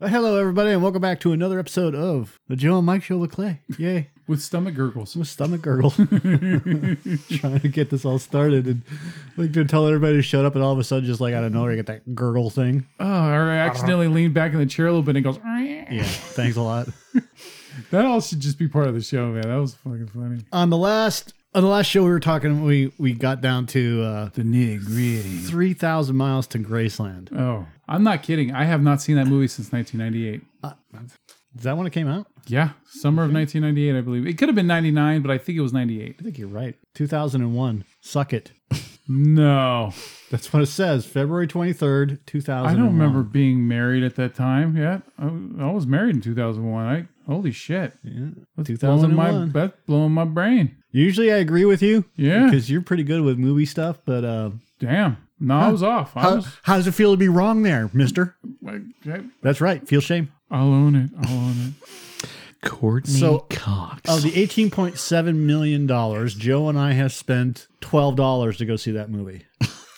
Well, Uh, hello, everybody, and welcome back to another episode of the Joe and Mike Show with Clay. Yay. with stomach gurgles. My stomach gurgle. Trying to get this all started and like to tell everybody to shut up, and all of a sudden, just like out of nowhere, you get that gurgle thing. Oh, or I accidentally leaned back in the chair a little bit and it goes. Yeah. Thanks a lot. That all should just be part of the show, man. That was fucking funny. On the last. On the last show we were talking, we, we got down to uh, The nitty gritty. 3,000 miles to Graceland. Oh, I'm not kidding. I have not seen that movie since 1998. Is that when it came out? Yeah, summer of 1998, I believe. It could have been 99, but I think it was 98. I think you're right. 2001. Suck it. No, That's what it says. February 23rd, 2001. I don't remember being married at that time yet. I, I was married in 2001. I holy shit. Yeah. That's blowing my 2001. that's blowing my brain. Usually I agree with you. Yeah. Because you're pretty good with movie stuff, but uh, Damn. No, I was off. I how, was how does it feel to be wrong there, mister? I, That's right. Feel shame. I'll own it. I'll own it. Courtney So- Cox. Of the $18.7 million, Joe and I have spent $12 to go see that movie.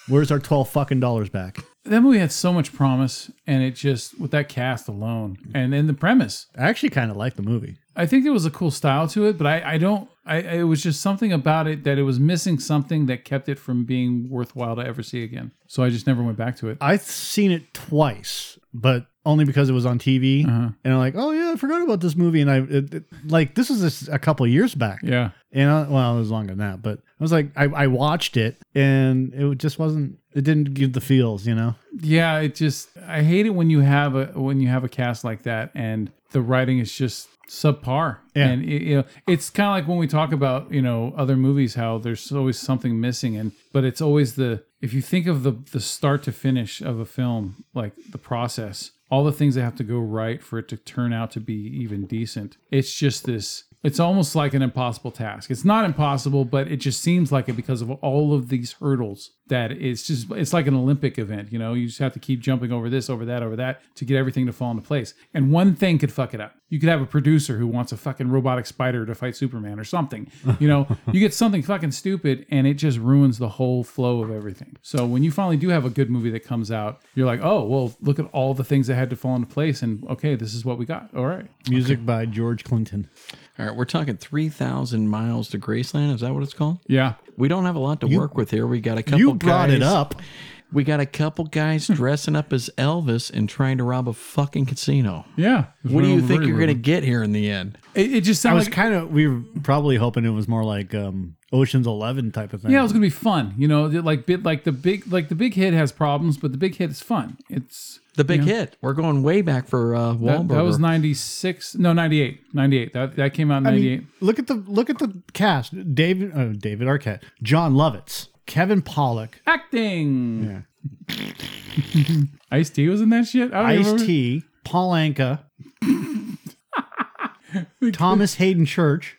Where's our 12 fucking dollars back? that movie had so much promise and it just with that cast alone and then the premise I actually kind of like the movie. i think there was a cool style to it but i, I don't I, it was just something about it that it was missing something that kept it from being worthwhile to ever see again so i just never went back to it I've seen it twice, but only because it was on TV. And I'm like, oh, yeah, I forgot about this movie. And I, it, it- like, this was just a couple years back. yeah And I, well, it was longer than that, but I was like, I, I watched it and it just wasn't, it didn't give the feels, you know? yeah it just i hate it when you have a when you have a cast like that and the writing is just subpar Yeah. and it, you know it's kind of like when we talk about you know other movies how there's always something missing and but it's always the if you think of the the start to finish of a film like the process all the things that have to go right for it to turn out to be even decent it's just this it's almost like an impossible task. It's not impossible, but it just seems like it because of all of these hurdles that it's just it's like an Olympic event, you know, you just have to keep jumping over this, over that, over that to get everything to fall into place. And one thing could fuck it up. You could have a producer who wants a fucking robotic spider to fight Superman or something. You know, you get something fucking stupid and it just ruins the whole flow of everything. So when you finally do have a good movie that comes out, you're like, "Oh, well, look at all the things that had to fall into place and okay, this is what we got." All right. Music by George Clinton. All right, we're talking 3,000 miles to Graceland. Is that what it's called? Yeah. We don't have a lot to work with here. We got a couple You brought it guys- up. We got a couple guys Hmm. dressing up as Elvis and trying to rob a fucking casino. Yeah. What do you think you're going to get here in the end? It, it just sounds I was like kind of, we were probably hoping it was more like um, Ocean's Eleven type of thing. yeah, it was gonna be fun. You know, that, like bit like the big like the big hit has problems, but the big hit is fun. It's The big Yeah. hit. We're going way back for uh, that, Wahlberg. that was ninety six, no ninety eight, ninety eight. That that came out in I ninety eight. mean, look at the look at the cast. David oh, David Arquette, John Lovitz, Kevin Pollock, Acting. Ice T was in that shit. I don't Ice remember. T, Paul Anka, Thomas Hayden Church.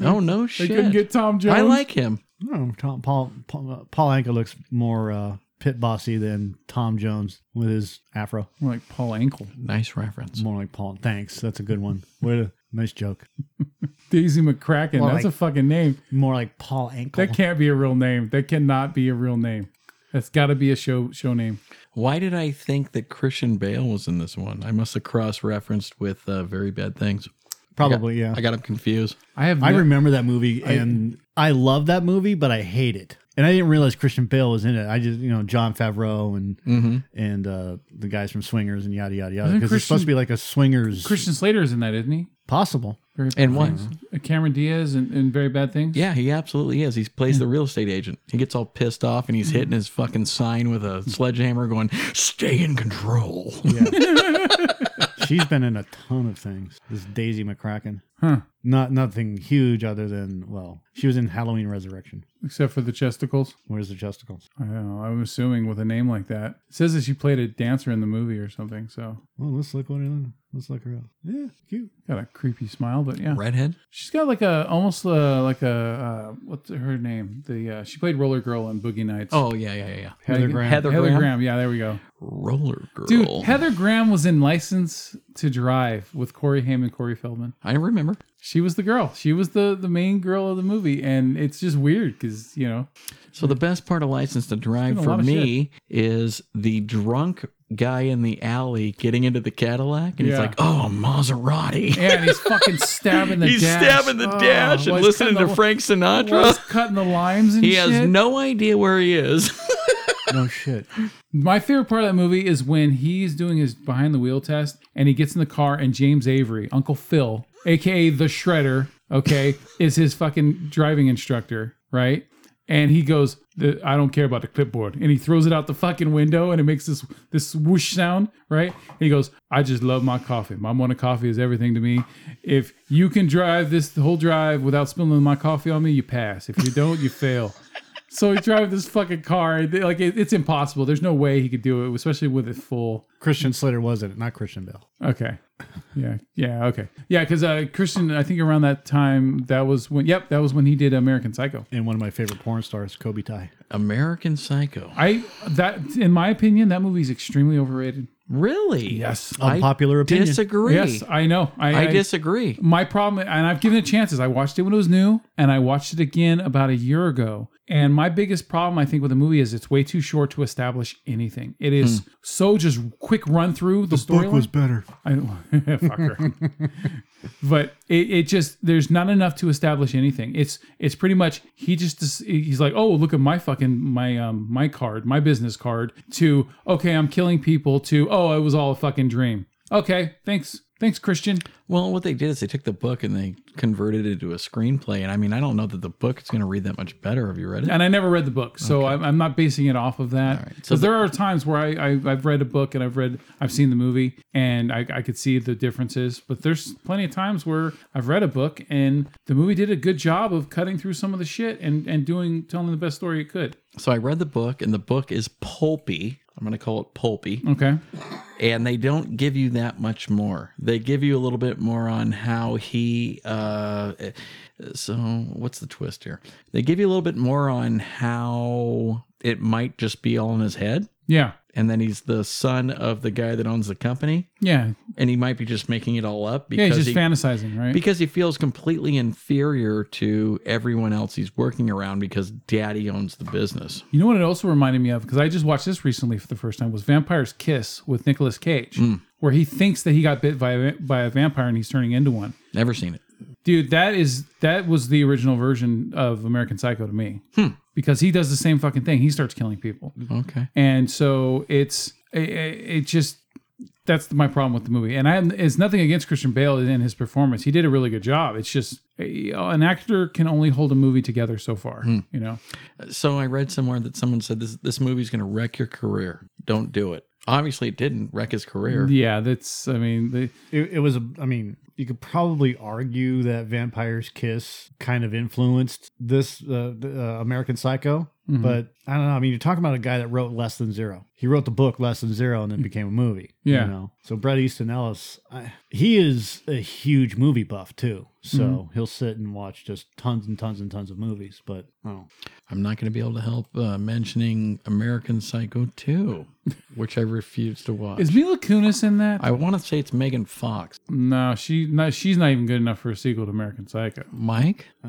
Oh, no They shit. couldn't get Tom Jones. I like him. No, Hmm, Tom Paul Paul, uh, Paul Anka looks more uh, pit bossy than Tom Jones with his afro. More like Paul Ankle, Nice reference. More like Paul. Thanks, that's a good one. What a nice joke. Daisy McCracken. More That's like- a fucking name. More like Paul Ankle. That can't be a real name. That cannot be a real name. That's got to be a show show name. Why did I think that Christian Bale was in this one? I must have cross referenced with uh, Very Bad Things. Probably yeah. I got him confused. I have. I no- remember that movie and I love that movie, but I hate it. And I didn't realize Christian Bale was in it. I just, you know, John Favreau and and uh, the guys from Swingers and yada yada yada. Isn't Because it's supposed to Christian- be like a Swingers Christian Slater is in that, isn't he? possible. Very And what? Cameron Diaz and, and very bad things. Yeah, he absolutely is. He plays the real estate agent. He gets all pissed off and he's hitting his fucking sign with a sledgehammer, going, "Stay in control." She's been in a ton of things. This Daisy McCracken. Huh. Not nothing huge other than well, she was in Halloween Resurrection. Except for the chesticles. Where's the Justicles? I don't know. I'm assuming with a name like that. It says that she played a dancer in the movie or something. So Well, let's look what her let's look her up. Yeah, cute. got a creepy smile, but yeah, Redhead. she's got like a almost uh, like a uh, what's her name? The uh, she played Roller Girl on Boogie Nights. Oh yeah, yeah, yeah. Heather Graham. Heather Heather Graham. Graham. Yeah, there we go. Roller girl. Dude, Heather Graham was in License to Drive with Corey Haim and Corey Feldman. I remember. She was the girl. She was the the main girl of the movie, and it's just weird because you know So the best part of License to Drive Been a for lot of me is the drunk guy in the alley getting into the Cadillac, and he's Yeah. like, "Oh, a Maserati." Yeah, and he's fucking stabbing the he's dash. stabbing the Oh, dash well, and he's listening cutting to the- Frank well, he's Sinatra. cutting the limes and He has shit. no idea where he is. No shit. My favorite part of that movie is when he's doing his behind the wheel test and he gets in the car and James Avery, Uncle Phil, aka the Shredder, okay, is his fucking driving instructor, right? And he goes, "The- I don't care about the clipboard. And he throws it out the fucking window and it makes this this whoosh sound, right? And he goes, I just love my coffee. My morning coffee is everything to me. If you can drive this whole drive without spilling my coffee on me, you pass. If you don't, you fail. So he drives this fucking car. and they- Like it, it's impossible. There's no way he could do it, especially with it full. Christian Slater was in it, not Christian Bale. Okay. Yeah. Yeah. Okay. Yeah. Because uh, Christian, I think around that time, that was when. Yep, that was when he did American Psycho. And one of my favorite porn stars, Kobe Ty. American Psycho. I that, in my opinion, that movie's extremely overrated. Really? Yes. I Unpopular opinion. disagree. Yes, I know. I, I disagree. My problem, and I've given it chances. I watched it when it was new, and I watched it again about a year ago. And my biggest problem, I think, with the movie is it's way too short to establish anything. It is so just quick run through the story. better. I don't fucker. but it, it just there's not enough to establish anything. It's it's pretty much he just dis- he's like, oh look at my fucking my um my card, my business card. To okay, I'm killing people. To oh, it was all a fucking dream. Okay, thanks, thanks Christian. Well, what they did is they took the book and they converted it into a screenplay. And I mean, I don't know that the book is going to read that much better. Have you read it? And I never read the book, so I'm, I'm not basing it off of that. right. So So there are times where I, I I've read a book and I've read I've seen the movie and I, I could see the differences. But there's plenty of times where I've read a book and the movie did a good job of cutting through some of the shit and and doing telling the best story it could. So I read the book, and the book is pulpy. I'm going to call it pulpy. Okay, and they don't give you that much more. They give you a little bit more on how he. Uh, so what's the twist here? They give you a little bit more on how it might just be all in his head, yeah, and then he's the son of the guy that owns the company, yeah, and he might be just making it all up yeah. He's because just he. fantasizing, right? because he feels completely inferior to everyone else he's working around because daddy owns the business. You know what it also reminded me of because I just watched this recently for the first time was Vampire's Kiss with Nicolas Cage, Hmm. where he thinks that he got bit by a, by a vampire and he's turning into one. Never seen it. Dude, that is that was the original version of American Psycho to me. Because he does the same fucking thing. He starts killing people. Okay. And so it's it, it it just that's my problem with the movie. And I it's nothing against Christian Bale and his performance. He did a really good job. It's just eh, an actor can only hold a movie together so far, you know. So I read somewhere that someone said this this movie's going to wreck your career. Don't do it. Obviously, it didn't wreck his career. Yeah, that's I mean, the, It, it was, a, I mean, you could probably argue that Vampire's Kiss kind of influenced this uh, the, uh, American Psycho, but I don't know. I mean, you're talking about a guy that wrote Less Than Zero. He wrote the book Less Than Zero and then became a movie. Yeah. You know? So Bret Easton Ellis, I, he is a huge movie buff too. So he'll sit and watch just tons and tons and tons of movies. But oh. I don't know. I'm not going to be able to help uh, mentioning American Psycho 2, which I refuse to watch. is Mila Kunis in that? I want to say it's Megan Fox. no, she no, she's not even good enough for a sequel to American Psycho. Mike? Uh,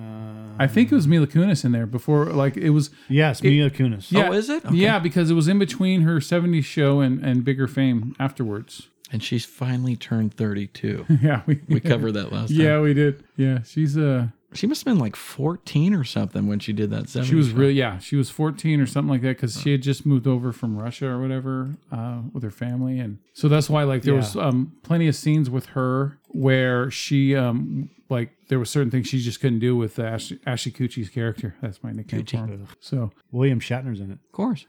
I think it was Mila Kunis in there before like it was Yes, Mia Kunis. Yeah. Oh, is it? Yeah, because it was in between her 70s show and, and bigger fame afterwards. And she's finally turned 32. Yeah, we, We covered that last time. Yeah, we did. Yeah, she's uh She must have been like 14 or something when she did that. 70s she was show. really yeah, she was 14 or something like that cuz she had just moved over from Russia or whatever uh with her family and so that's why like there was um plenty of scenes with her where she um like there was certain things she just couldn't do with Ash, Ashley Cucci's character. That's my nickname for him. So, Oh, William Shatner's in it. Of course.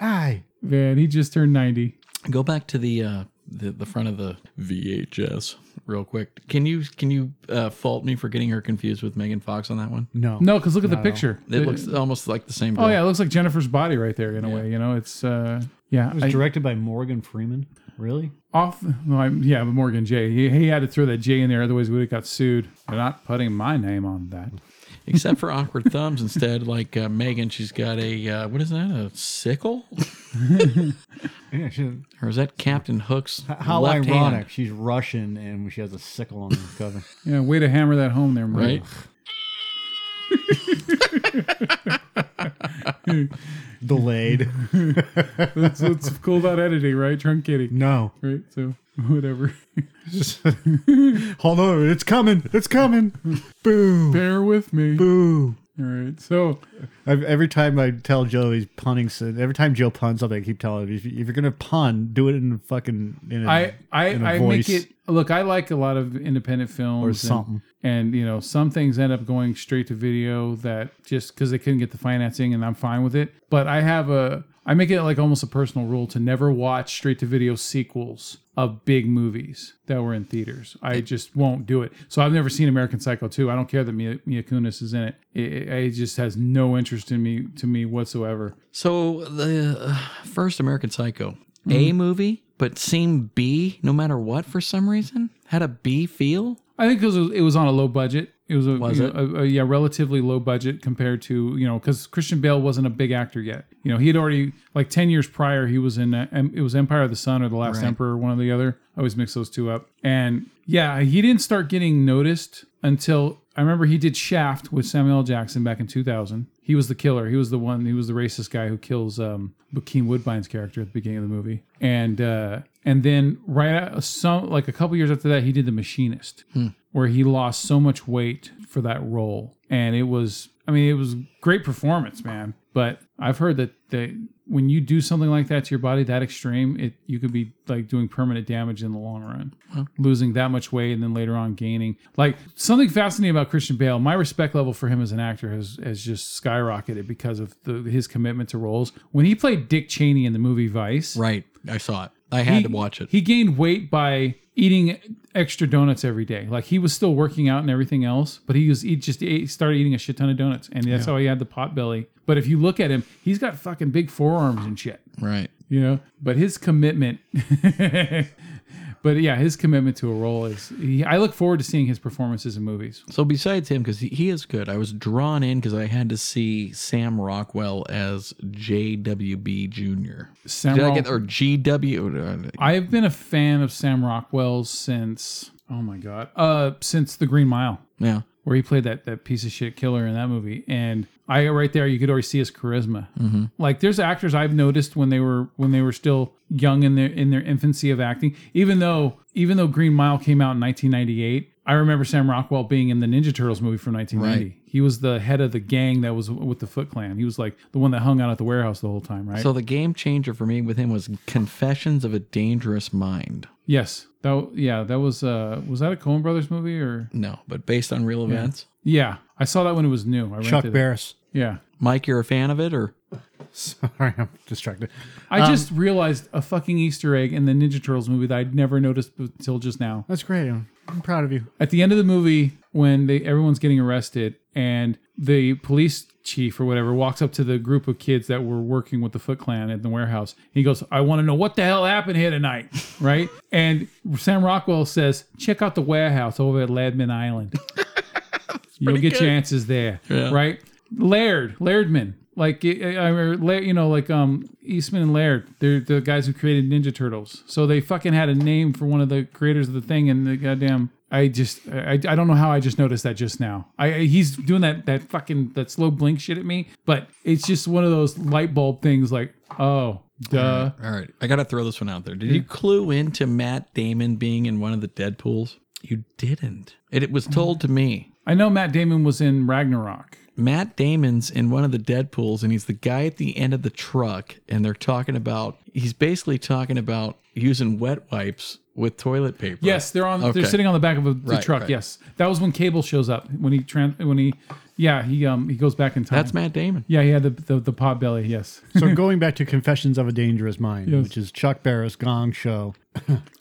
Aye. man, he just turned 90. Go back to the uh, the the front of the VHS real quick. Can you can you uh, fault me for getting her confused with Megan Fox on that one? No. No, cuz look at the picture. It looks almost like the same. Girl. Oh yeah, it looks like Jennifer's body right there in a way, you know. It's uh yeah, It was directed by Morgan Freeman. Really? off. Well, I'm, yeah, but Morgan J. He, he had to throw that J in there, otherwise we would have got sued. They're not putting my name on that. except for awkward thumbs. Instead, like uh, Megan, she's got a uh, what is that? A sickle? Yeah, she, Or is that Captain Hook's how left ironic. hand? She's Russian and she has a sickle on the cover. Yeah, way to hammer that home there, Mike. Right? Delayed. That's what's cool about editing, right? Truncating, No. right? So whatever. Hold on. It's coming. It's coming. Boo. Bear with me. Boo. All right. So I've, every time I tell Joe he's punning, so- every time Joe puns something, I keep telling him, if, you- if you're going to pun, do it in fucking. In a, I I, in a I make voice. it look. I like a lot of independent films Or and- something. And, you know, some things end up going straight to video that just because they couldn't get the financing, and I'm fine with it. But I have a I make it like almost a personal rule to never watch straight to video sequels of big movies that were in theaters. I just won't do it. So I've never seen American Psycho 2. I don't care that Mia, Mia Kunis is in it. It, it. it just has no interest in me to me whatsoever. So the uh, first American Psycho, A Mm-hmm. movie, but seemed B no matter what for some reason. Had a B feel. I think because it was on a low budget. It was a, Was you it? know, a- a- yeah, relatively low budget compared to you know because Christian Bale wasn't a big actor yet. You know, he had already like ten years prior he was in uh, em it was Empire of the Sun or The Last Right. Emperor, one or the other. I always mix those two up. And yeah, he didn't start getting noticed until I remember he did Shaft with Samuel L. Jackson back in two thousand. He was the killer. He was the one. He was the racist guy who kills um, Joaquin Woodbine's character at the beginning of the movie. And uh, and then right at some like a couple years after that, he did The Machinist where he lost so much weight for that role and it was i mean it was great performance man but i've heard that that when you do something like that to your body that extreme it you could be like doing permanent damage in the long run losing that much weight and then later on gaining like something fascinating about christian bale my respect level for him as an actor has has just skyrocketed because of the, his commitment to roles when he played dick cheney in the movie vice Right. I saw it. I had to he- watch it. He gained weight by eating extra donuts every day. Like he was still working out and everything else, but he was he just ate, started eating a shit ton of donuts, and that's how he had the pot belly. But if you look at him, he's got fucking big forearms and shit, right. you know. But his commitment, but yeah, his commitment to a role is. He, I look forward to seeing his performances in movies. So besides him, because he, he is good, I was drawn in because I had to see Sam Rockwell as JWB Junior. Sam Did I Rock- get or GW? uh, I've been a fan of Sam Rockwell since oh my god, uh, since The Green Mile. Yeah. where he played that that piece of shit killer in that movie. And I right there, you could already see his charisma. Like there's actors I've noticed when they were when they were still young in their in their infancy of acting. Even though even though Green Mile came out in 1998, I remember Sam Rockwell being in the Ninja Turtles movie from 1990. He was the head of the gang that was with the Foot Clan. He was like the one that hung out at the warehouse the whole time, right? So the game changer for me with him was Confessions of a Dangerous Mind. yes. That yeah, that was uh was that a Coen Brothers movie or No, but based on real events. yeah. I saw that when it was new. I Chuck rented it. Barris. Yeah. Mike, you're a fan of it, or Sorry, I'm distracted. I just realized a fucking Easter egg in the Ninja Turtles movie that I'd never noticed until just now. That's great. I'm, I'm proud of you. At the end of the movie, when they everyone's getting arrested and the police chief or whatever walks up to the group of kids that were working with the Foot Clan in the warehouse, he goes, "I want to know what the hell happened here tonight, right?" And Sam Rockwell says, "Check out the warehouse over at Ladman Island. You'll get your answers there, right?" Laird, Lairdman. Like I I remember, La- you know, like um Eastman and Laird, they're the guys who created Ninja Turtles. So they fucking had a name for one of the creators of the thing, and the goddamn, I just, I, I don't know how I just noticed that just now. I I- he's doing that that fucking that slow blink shit at me, but it's just one of those light bulb things. Like, oh, duh. all right, I gotta throw this one out there. Did you clue into Matt Damon being in one of the Deadpool's? You didn't. It, it was told to me. I know Matt Damon was in Ragnarok. Matt Damon's in one of the Deadpool's, and he's the guy at the end of the truck, and they're talking about. He's basically talking about using wet wipes with toilet paper. Yes, they're on. Okay. They're sitting on the back of a, the Right, truck. right. Yes, that was when Cable shows up when he trans when he, yeah, he um he goes back in time. that's Matt Damon. Yeah, he had the, the, the pot belly, yes. So going back to Confessions of a Dangerous Mind, which is Chuck Barris Gong Show.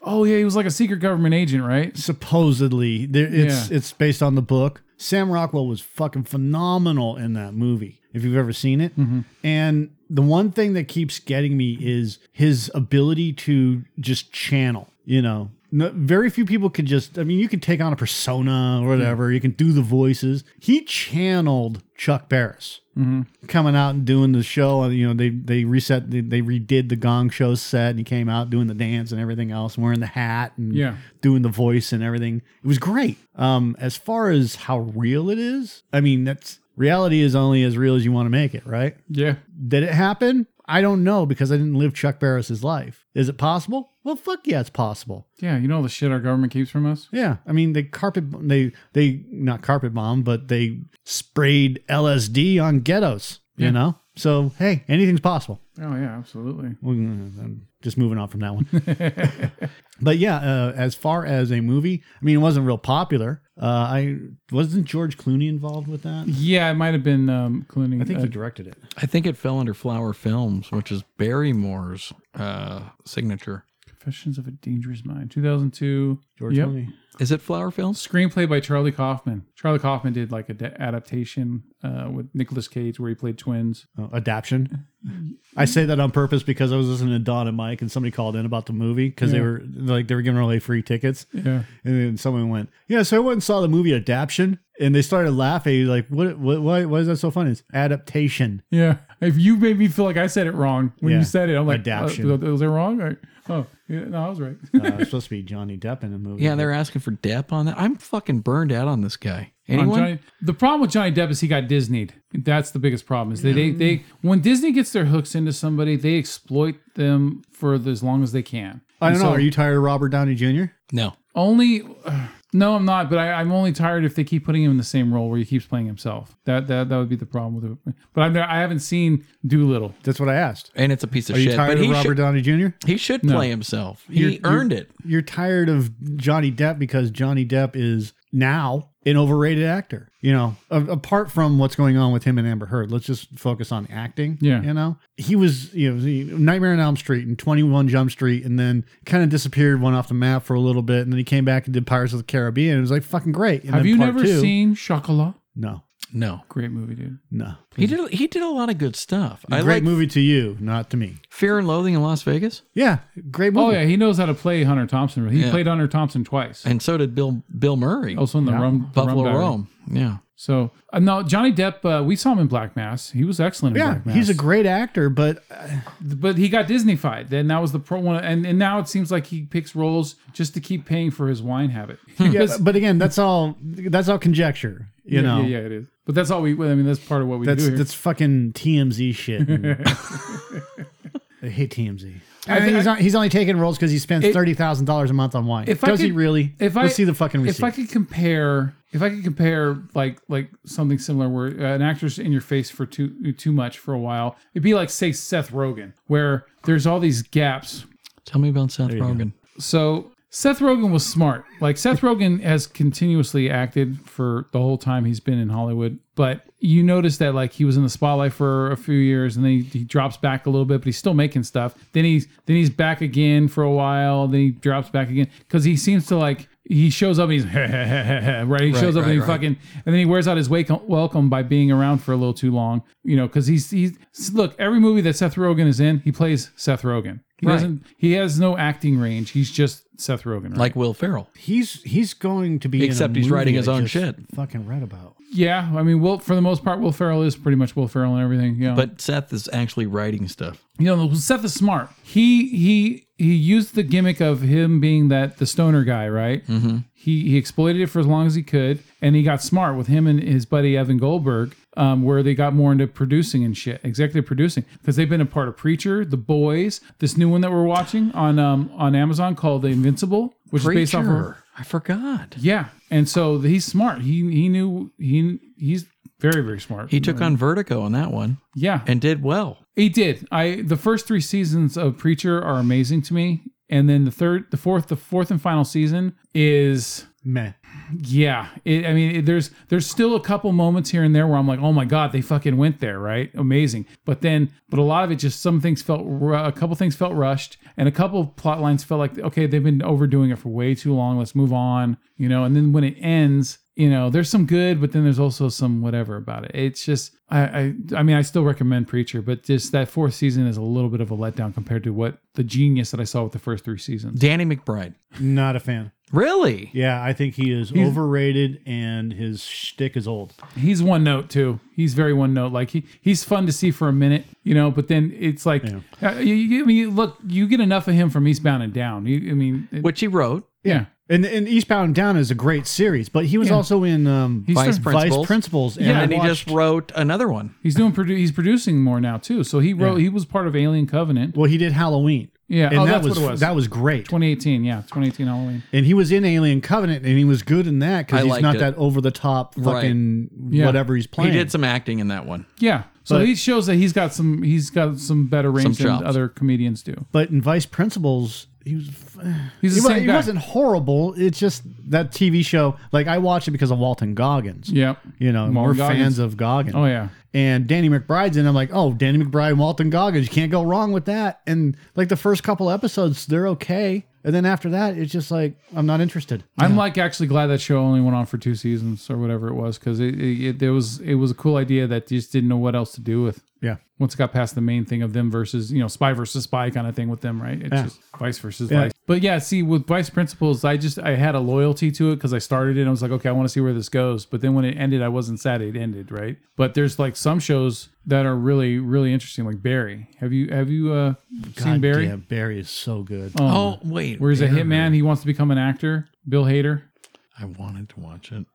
Oh, yeah, he was like a secret government agent, right? Supposedly, there, it's Yeah. it's based on the book. Sam Rockwell was fucking phenomenal in that movie. If you've ever seen it, Mm-hmm. and the one thing that keeps getting me is his ability to just channel. You know, no, very few people could just. I mean, you can take on a persona or whatever. You can do the voices. He channeled Chuck Barris Mm-hmm. coming out and doing the show. And you know, they they reset, they, they redid the Gong Show set, and he came out doing the dance and everything else, wearing the hat and Yeah. doing the voice and everything. It was great. Um, as far as how real it is, I mean, that's reality is only as real as you want to make it, right? Yeah. Did it happen? I don't know because I didn't live Chuck Barris's life. Is it possible? Well, fuck yeah, it's possible. Yeah. You know all the shit our government keeps from us? Yeah, I mean they carpet they they not carpet bomb, but they sprayed LSD on ghettos. Yeah. You know, so hey, anything's possible. Oh, yeah. Absolutely. Well, I'm just moving on from that one. but yeah, uh, as far as a movie, I mean, it wasn't real popular. Uh, I wasn't George Clooney involved with that. Yeah. It might have been um, Clooney. I think uh, he directed it. I think it fell under Flower Films, which is Barrymore's uh, signature. Confessions of a Dangerous Mind, 2002. George Yep. Clooney. Is it Flower Films? Screenplay by Charlie Kaufman. Charlie Kaufman did like a da- adaptation uh, with Nicolas Cage where he played twins. Oh, adaption. I say that on purpose because I was listening to Don and Mike, and somebody called in about the movie because they Yeah. were like they were giving away free tickets. Yeah. And then someone went, "Yeah, so I went and saw the movie Adaption," and they started laughing. Like, what? What? Why, why is that so funny? It's adaptation. Yeah. If you made me feel like I said it wrong when Yeah. you said it, I'm like, Adaption. uh, was I wrong? I, oh, yeah, no, I was right. Uh, it's supposed to be Johnny Depp in the movie. Yeah, they're asking for Depp on that. I'm fucking burned out on this guy. on Anyone? Johnny- the problem with Johnny Depp is he got Disneyed. That's the biggest problem. Is they, they they when Disney gets their hooks into somebody, they exploit them for as long as they can. I don't And know. so are you tired of Robert Downey Jr.? no. only? no, I'm not. But I, I'm only tired if they keep putting him in the same role where he keeps playing himself. That that, that would be the problem with it. But I'm, I haven't seen Doolittle. That's what I asked. And it's a piece of Are you shit. tired But of he Robert should, Downey Jr.? he should play himself. He You're- you're- earned it. You're tired of Johnny Depp because Johnny Depp is now an overrated actor. You know, a- apart from what's going on with him and Amber Heard, let's just focus on acting. Yeah. You know, he was, you know, he- Nightmare on Elm Street and 21 Jump Street and then kind of disappeared, went off the map for a little bit. And then he came back and did Pirates of the Caribbean. It was like fucking great. And Have then you part never two- seen Chocolat? No, No. Great movie, dude. no. He did he did a lot of good stuff. I great like movie to you, not to me. Fear and Loathing in Las Vegas. Yeah. Great Oh movie. yeah, he knows how to play Hunter Thompson. He Yeah. played Hunter Thompson twice. And so did Bill Bill Murray. Also in the Yeah. rum, Buffalo rum Diary. Rome. Yeah. So uh, no, Johnny Depp. Uh, we saw him in Black Mass. He was excellent. In Yeah, Black Mass. he's a great actor, but but he got Disneyfied. Then that was the pro one, and, and now it seems like he picks roles just to keep paying for his wine habit. Hmm. yeah, Because- but- but again, that's all that's all conjecture, you yeah, know. yeah, yeah, it is. But that's all we. I mean, that's part of what we That's do here. that's fucking TMZ shit. I hate TMZ. I think he's, I- on- he's only taking roles because he spends It- thirty thousand dollars a month on wine. If I Does he could- really? if I- Let's see the fucking receipt. if I could compare, if I could compare like like something similar, where uh, an actor's in your face for too too much for a while, it'd be like say Seth Rogen, where there's all these gaps Tell me about Seth Rogen. So Seth Rogen was smart. Like Seth Rogen has continuously acted for the whole time he's been in Hollywood, but you notice that like he was in the spotlight for a few years and then he, he drops back a little bit, but he's still making stuff. Then he's then he's back again for a while, then he drops back again cuz he seems to like he shows up and he's right he shows up right, and he right. fucking and then he wears out his wake welcome by being around for a little too long you know because he's he's look every movie that seth rogen is in he plays seth rogen he Right. doesn't he has no acting range. He's just Seth Rogen. Right? Like Will Ferrell. he's he's going to be in a Except he's movie writing his I own just shit. Fucking read about. yeah, I mean, Will for the most part, Will Ferrell is pretty much Will Ferrell and everything. Yeah, But Seth is actually writing stuff. you know, Seth is smart. He he he used the gimmick of him being that the stoner guy, right? Mm-hmm. He he exploited it for as long as he could, and he got smart with him and his buddy Evan Goldberg, um, where they got more into producing and shit, executive producing, because they've been a part of Preacher, The Boys, this new one that we're watching on um on Amazon called The Invincible, which is based off of Preacher. I forgot. Yeah, and so he's smart. He he knew he he's very very smart. He took on Vertigo on that one yeah, and did well. he did. I the first three seasons of Preacher are amazing to me, and then the third, the fourth, the fourth and final season is Meh. yeah. It, I mean, it, there's there's still a couple moments here and there where I'm like, oh my god, they fucking went there, right? Amazing. But then, but a lot of it just some things felt ru- a couple things felt rushed, and a couple of plot lines felt like okay, they've been overdoing it for way too long. Let's move on, you know. And then when it ends, you know, there's some good, but then there's also some whatever about it. It's just, I, I, I mean, I still recommend Preacher, but just that fourth season is a little bit of a letdown compared to what the genius that I saw with the first three seasons. Danny McBride. Not a fan. Really? Yeah, I think he is overrated and his shtick is old. He's one note too. He's very one note. Like he, he's fun to see for a minute, you know. But then it's like, uh, you, you, I mean, look, you get enough of him from Eastbound and Down. You, I mean, it- Which he wrote. yeah, And, and Eastbound and Down is a great series, but he was also in um, He's Vice done- Vice Principals. Principals. Yeah, I And he watched- just wrote another one. he's doing produ- he's producing more now too. So he wrote, he was part of Alien Covenant. well, he did Halloween. Yeah, and oh, that that's was, what it was. that was great. 2018, yeah, 2018 Halloween. And he was in Alien Covenant, and he was good in that I because he's liked not it. that over the top fucking Yeah. whatever he's He playing. did some acting in that one. Yeah. So But- he shows that he's got some he's got some better range Some than chops. other comedians do. but in Vice Principals, he was. He's the he, wa- same he guy. wasn't horrible. It's just that TV show. Like I watched it because of Walton Goggins. Yep. You know, Walton we're Goggins. fans of Goggins. Oh yeah. And Danny McBride's in. I'm like, oh, Danny McBride, and Walton Goggins. You can't go wrong with that. And like the first couple episodes, they're okay. And then after that, it's just like I'm not interested. I'm like actually glad that show only went on for two seasons or whatever it was because it, it, it there was it was a cool idea that you just didn't know what else to do with. Yeah. Once it got past the main thing of them versus you know spy versus spy kind of thing with them, right? It's just vice versus vice. But yeah, see with vice principals, I just I had a loyalty to it because I started it. and I was like, okay, I want to see where this goes. But then when it ended, I wasn't sad it ended, right? But there's like some shows that are really really interesting, like Barry. Have you have you uh, seen God Barry? damn, Barry is so good. Oh, wait. Where he's a hitman, he wants to become an actor. Bill Hader. I wanted to watch it.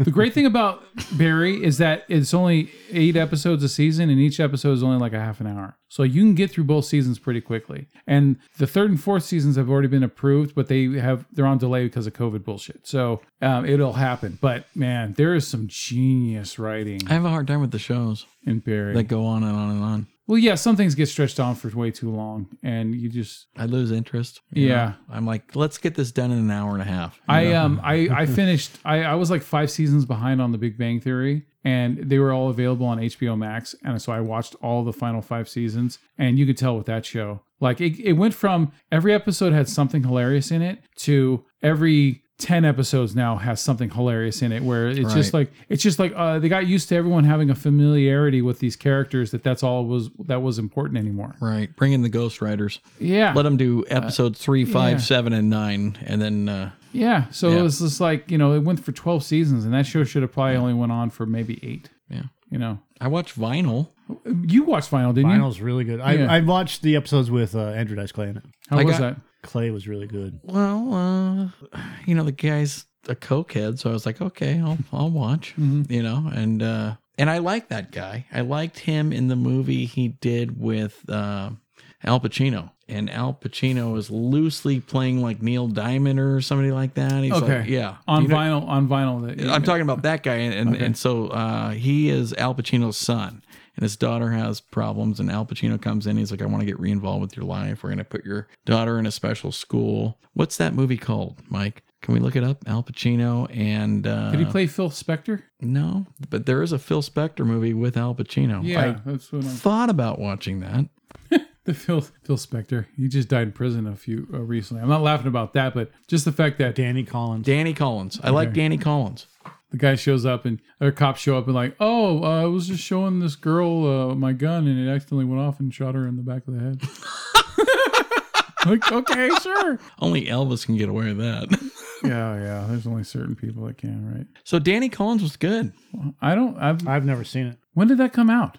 The great thing about Barry is that it's only eight episodes a season, and each episode is only like a half an hour. So you can get through both seasons pretty quickly. And the third and fourth seasons have already been approved, but they have they're on delay because of COVID bullshit. So um, it'll happen. But man, there is some genius writing I have a hard time with the shows in Barry. that go on and on and on. well, yeah, some things get stretched on for way too long, and you just I lose interest. you know? yeah. I'm like, let's get this done in an hour and a half. I um I I finished I I was like five seasons behind on The Big Bang Theory, and they were all available on HBO Max, and so I watched all the final five seasons, and you could tell with that show, like it it went from every episode had something hilarious in it to every. 10 episodes now has something hilarious in it where it's just Right. like it's just like uh, they got used to everyone having a familiarity with these characters that that's all was that was important anymore Right. uh, Bring in the Ghost Riders. yeah Let them do episodes three, five, yeah. seven, and nine, and then uh, yeah so Yeah. it was just like you know it went for 12 seasons and that show should have probably only went on for maybe eight yeah. you know I watch vinyl. you watched final didn't you Final's really good. I, Hmm? Yeah. I watched the episodes with uh, Andrew Dice Clay in it. how I was got- Clay was really good. Well, uh, you know the guy's a cokehead, so I was like, okay, I'll I'll watch. You know, and uh, and I like that guy. I liked him in the movie he did with uh, Al Pacino. And Al Pacino is loosely playing like Neil Diamond or somebody like that. He's that okay like, yeah. on You know- vinyl on vinyl that I'm talking about that guy, and and, and so uh, he is Al Pacino's son, and his daughter has problems, and Al Pacino comes in. He's like, "I want to get re-involved with your life. We're gonna put your daughter in a special school." What's that movie called, Mike? Can we look it up? Al Pacino and uh, did he play phil spector No, but there is a Phil Spector movie with Al Pacino. yeah that's what I I'm, thought about watching that. the phil phil spector he just died in prison a few uh, recently i'm not laughing about that but just the fact that Danny Collins. Danny Collins. I like Danny Collins. the guy shows up and or cops show up and like oh uh, i was just showing this girl uh, my gun and it accidentally went off and shot her in the back of the head like okay sure Only Elvis can get away with that. yeah yeah there's only certain people that can right so Danny Collins was good. i don't I've, I've never seen it. when did that come out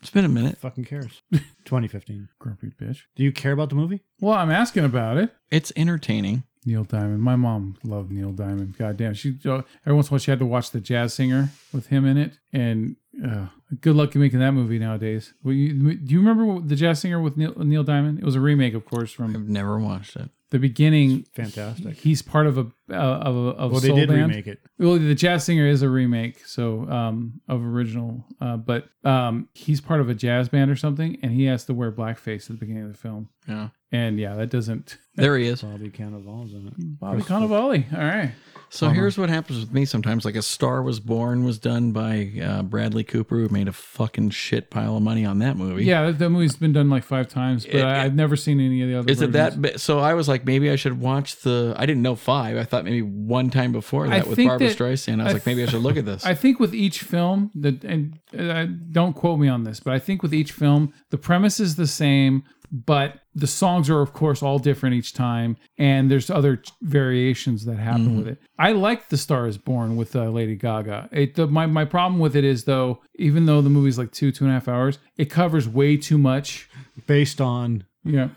It's been a minute. Fucking cares. 2015. grumpy bitch Do you care about the movie? well i'm asking about it It's entertaining. Neil Diamond. My mom loved Neil Diamond. God damn, she uh, every once in a while she had to watch The Jazz Singer with him in it. And uh, good luck making that movie nowadays. Well, you, do you remember The Jazz Singer with Neil, Neil Diamond? It was a remake, of course, I've from never watched it. the beginning. Fantastic. He's part of a uh, of a of Well, they soul did band. remake it. Well, the jazz singer is a remake, so um, of original, uh, but um, he's part of a jazz band or something, and he has to wear blackface at the beginning of the film. Yeah. And yeah, that doesn't There he is. Bobby Cannavale's in it. Bobby Cannavale. All right. So here's what happens with me sometimes. Like a Star Was Born was done by uh, Bradley Cooper, who made a fucking shit pile of money on that movie. Yeah, that, that movie's been done like five times, but I, I've never seen any of the other. Is it that? versions. bi- So I was like, maybe I should watch the. I didn't know five. I thought maybe one time before that with think Barbara that- Streisand. I was I like, maybe I should look at this. I think with each film that, and uh, don't quote me on this, but I think with each film the premise is the same, but the songs are of course all different each time, and there's other ch- variations that happen Mm-hmm. with it. I like The Star Is Born with uh, Lady Gaga. It the, my my problem with it is though, even though the movie's like two two and a half hours, it covers way too much. based on Yeah.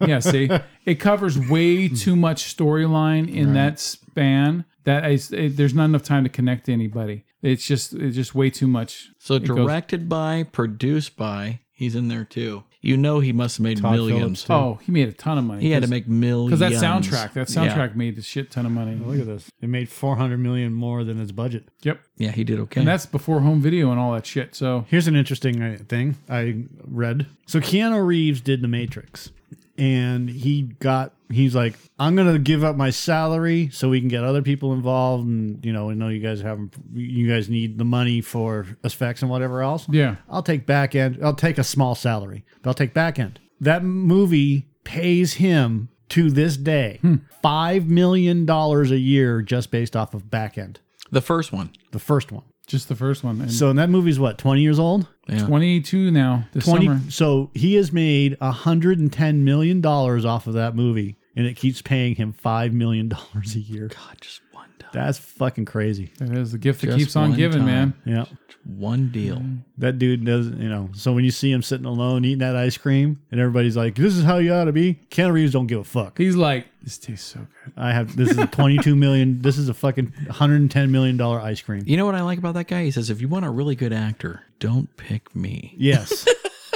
Yeah, see. It covers way too much storyline in that span that is it, there's not enough time to connect to anybody. It's just it's just way too much. so goes- directed by, produced by, he's in there too. You know, he must have made Todd millions. Phillips. too. Oh, he made a ton of money. He had to Cause- make millions cuz that soundtrack, that soundtrack made a shit ton of money. Look at this. It made 400 million more than its budget. Yep. Yeah, yeah he did okay. And that's before home video and all that shit. So, Here's an interesting uh, thing I read. So Keanu Reeves did The Matrix and he got he's like I'm going to give up my salary so we can get other people involved and you know, I know you guys have you guys need the money for effects and whatever else. yeah. I'll take back end. I'll take a small salary, but I'll take back end. That movie pays him to this day $5 million dollars a year just based off of back end. the first one. The first one. Just the first one and So and that movie's what, 20 years old? Yeah. 22 now this 20 summer. So he has made 110 million dollars off of that movie and it keeps paying him 5 million dollars a year. God, just one time. That's fucking crazy. That is the gift that Just keeps on one giving, time. man. Yeah. One deal. Mm. That dude does, you know. So when you see him sitting alone eating that ice cream and everybody's like, "This is how you ought to be." Keanu Reeves don't give a fuck. He's like, this tastes so good. I have this is a 22 million. This is a fucking 110 million dollar ice cream. You know what I like about that guy? He says, if you want a really good actor, don't pick me. Yes,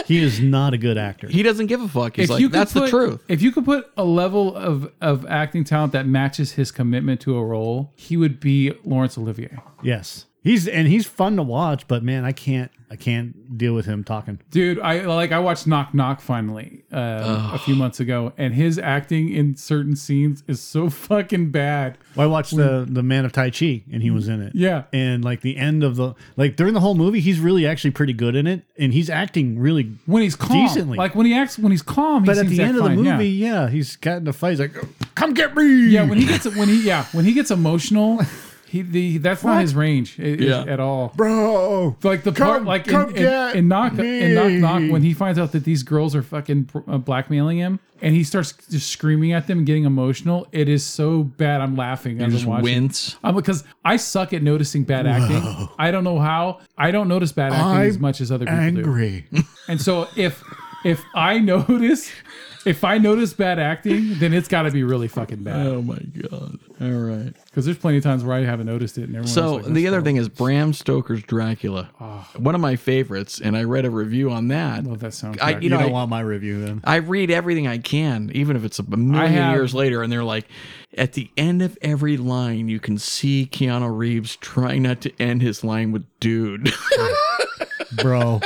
he is not a good actor. He doesn't give a fuck. He's like, could that's the put- truth. If you could put a level of, of acting talent that matches his commitment to a role, he would be Laurence Olivier. Yes, he's and he's fun to watch, but man, I can't I can't deal with him talking. Dude, I like I watched Knock Knock finally um, a few months ago, and his acting in certain scenes is so fucking bad. Well, I watched the the Man of Tai Chi and he was in it. Yeah. and like the end of the like during the whole movie, he's really actually pretty good in it, and he's acting really. When he's calm, Decently. like when he acts, when he's calm, he But at seems the to act end of the fine, yeah. movie, yeah, he's got in a fight. He's like, "Come get me!" yeah. when he gets when he yeah when he gets emotional, he the that's not his range i- i- Yeah. at all. bro. like the part Come- like come in, in, get in knock in knock me. knock when he finds out that these girls are fucking uh, blackmailing him and he starts just screaming at them and getting emotional it is so bad i'm laughing as Just i'm watching wince. um, because i suck at noticing bad acting i don't know how i don't notice bad acting as I'm much as other people do Angry. and so if if i notice if i notice bad acting then it's got to be really fucking bad Oh my god! All right. because there's plenty of times where i haven't noticed it and everyone So else like, the other thing is Bram Stoker's Dracula, one of my favorites, and I read a review on that. love that soundtrack I, you You know, don't I, want my review then. I read everything I can, even if it's a million have- years later, and they're like, at the end of every line, you can see Keanu Reeves trying not to end his line with "dude." bro.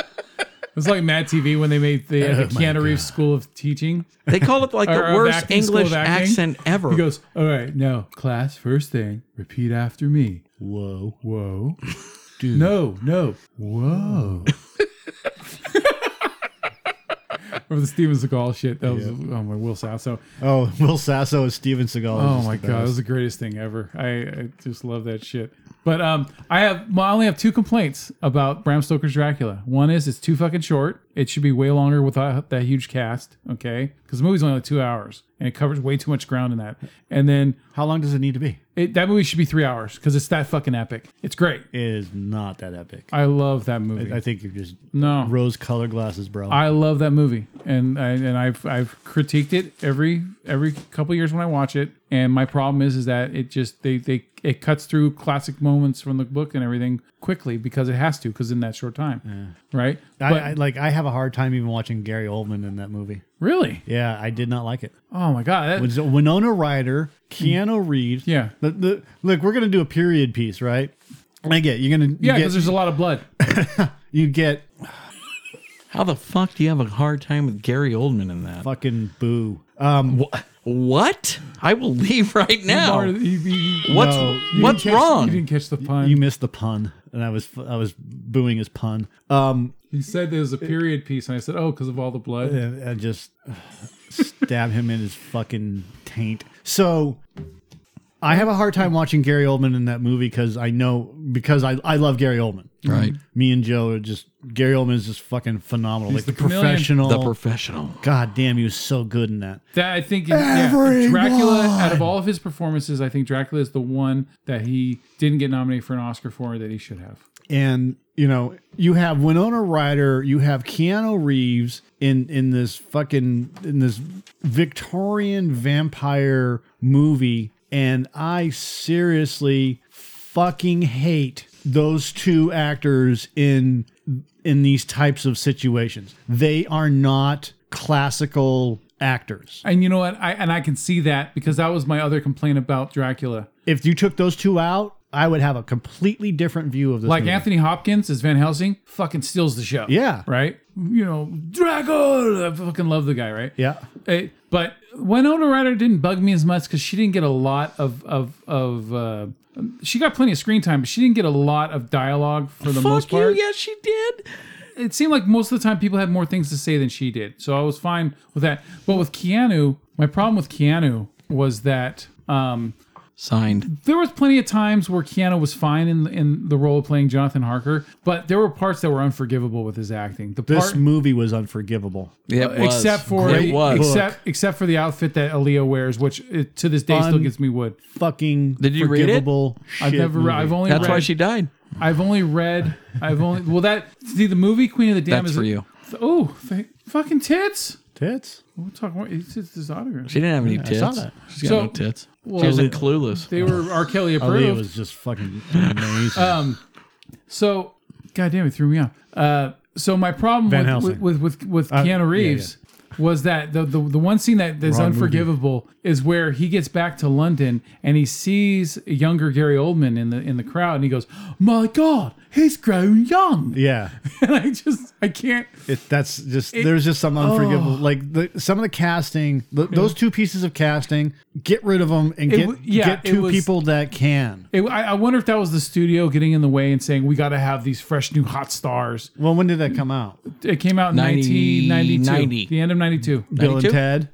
It's like Mad TV when they made the, the Keanu Reeves School of Teaching. they call it like Oh the Or- or worst acting, school of English acting. accent ever. He goes, All right, now, class, first thing, repeat after me. Whoa. Whoa. No, no. Whoa. Or the Steven Seagal shit. That was oh my Will Sasso. Oh, Will Sasso is Steven Seagal. Oh my god, that was the greatest thing ever. I, I just love that shit. But um, I have well, I only have two complaints about Bram Stoker's Dracula. One is it's too fucking short. It should be way longer without that huge cast. Okay, because the movie's only like two hours and it covers way too much ground in that. And then How long does it need to be? it, that movie should be three hours because it's that fucking epic. It's great. It is not that epic. I love that movie. I think you're just no, rose colored glasses, bro. I love that movie, and I, and I've I've critiqued it every every couple years when I watch it. And my problem is is that it just they they it cuts through classic moments from the book and everything quickly because it has to because in that short time, right? I, but I like. I have a hard time even watching Gary Oldman in that movie. really, Yeah, I did not like it. oh my god, that- It's Winona Ryder, Keanu Reeves. Yeah. The, the, look, we're gonna do a period piece, right? I get you're gonna. You yeah, get, because there's a lot of blood. you get How the fuck do you have a hard time with Gary Oldman in that? fucking boo. Um, What? I will leave right now. What's- you what's didn't catch- wrong? You didn't catch the pun. You missed the pun, and I was I was booing his pun. Um, he said there was a period piece, and I said, "Oh, because of all the blood." and I just stab him in his fucking taint. So I have a hard time watching Gary Oldman in that movie because I know because I I love Gary Oldman. Right. Me and Joe are just Gary Oldman is just fucking phenomenal. like He's the the, chameleon. professional. The professional. God damn, he was so good in that. That I think yeah, Everyone! Dracula. Out of all of his performances, I think Dracula is the one that he didn't get nominated for an Oscar for that he should have. and you know you have Winona Ryder, you have Keanu Reeves in in this fucking in this Victorian vampire movie, and I seriously fucking hate those two actors in in these types of situations. They are not classical actors. And you know what? I and I can see that because that was my other complaint about Dracula. If you took those two out, I would have a completely different view of this. Like movie. Anthony Hopkins as Van Helsing, fucking steals the show. Yeah. Right? You know, Dracula. I fucking love the guy, right? yeah. Eh, but Winona Ryder didn't bug me as much because she didn't get a lot of of of. Uh, she got plenty of screen time, but she didn't get a lot of dialogue for the most Fuck you. part. Yes, she did. It seemed like most of the time people had more things to say than she did, so I was fine with that. But with Keanu, my problem with Keanu was that um, Signed. there was plenty of times where Keanu was fine in in the role of playing Jonathan Harker, but there were parts that were unforgivable with his acting. The This part, movie was unforgivable. It was. except for it was. except except for the outfit that Aaliyah wears, which it, to this day still Un- gives me wood. fucking Did you read it? forgivable shit. I've never, movie. I've only, That's read, why she died. I've only read, I've only, well, that see the movie Queen of the Dam That's is for you. Oh, th- fucking tits! tits. We'll talk more. It's, it's his autograph. She didn't have any I tits. saw that. She's got So- no tits. Well, she was in they- Clueless. They were R. Kelly Aaliyah approved. was just fucking amazing. Um, so, goddamn, it threw me off. Uh, so my problem Van with, Helsing. Uh, with with with Keanu Reeves was that the, the the one scene that is Wrong unforgivable is where he gets back to London and he sees a younger Gary Oldman in the in the crowd and he goes, "My God, he's grown young." yeah, And I just I can't. it, that's just there's just some oh. unforgivable. Like the, some of the casting, th- those two pieces of casting, get rid of them and get w- yeah, get it two was- people that can. It, I, I wonder if that was the studio getting in the way and saying we got to have these fresh new hot stars. Well, when did that come out? It came out in 90, 1992, 90. the end of 92, Bill 92? and Ted.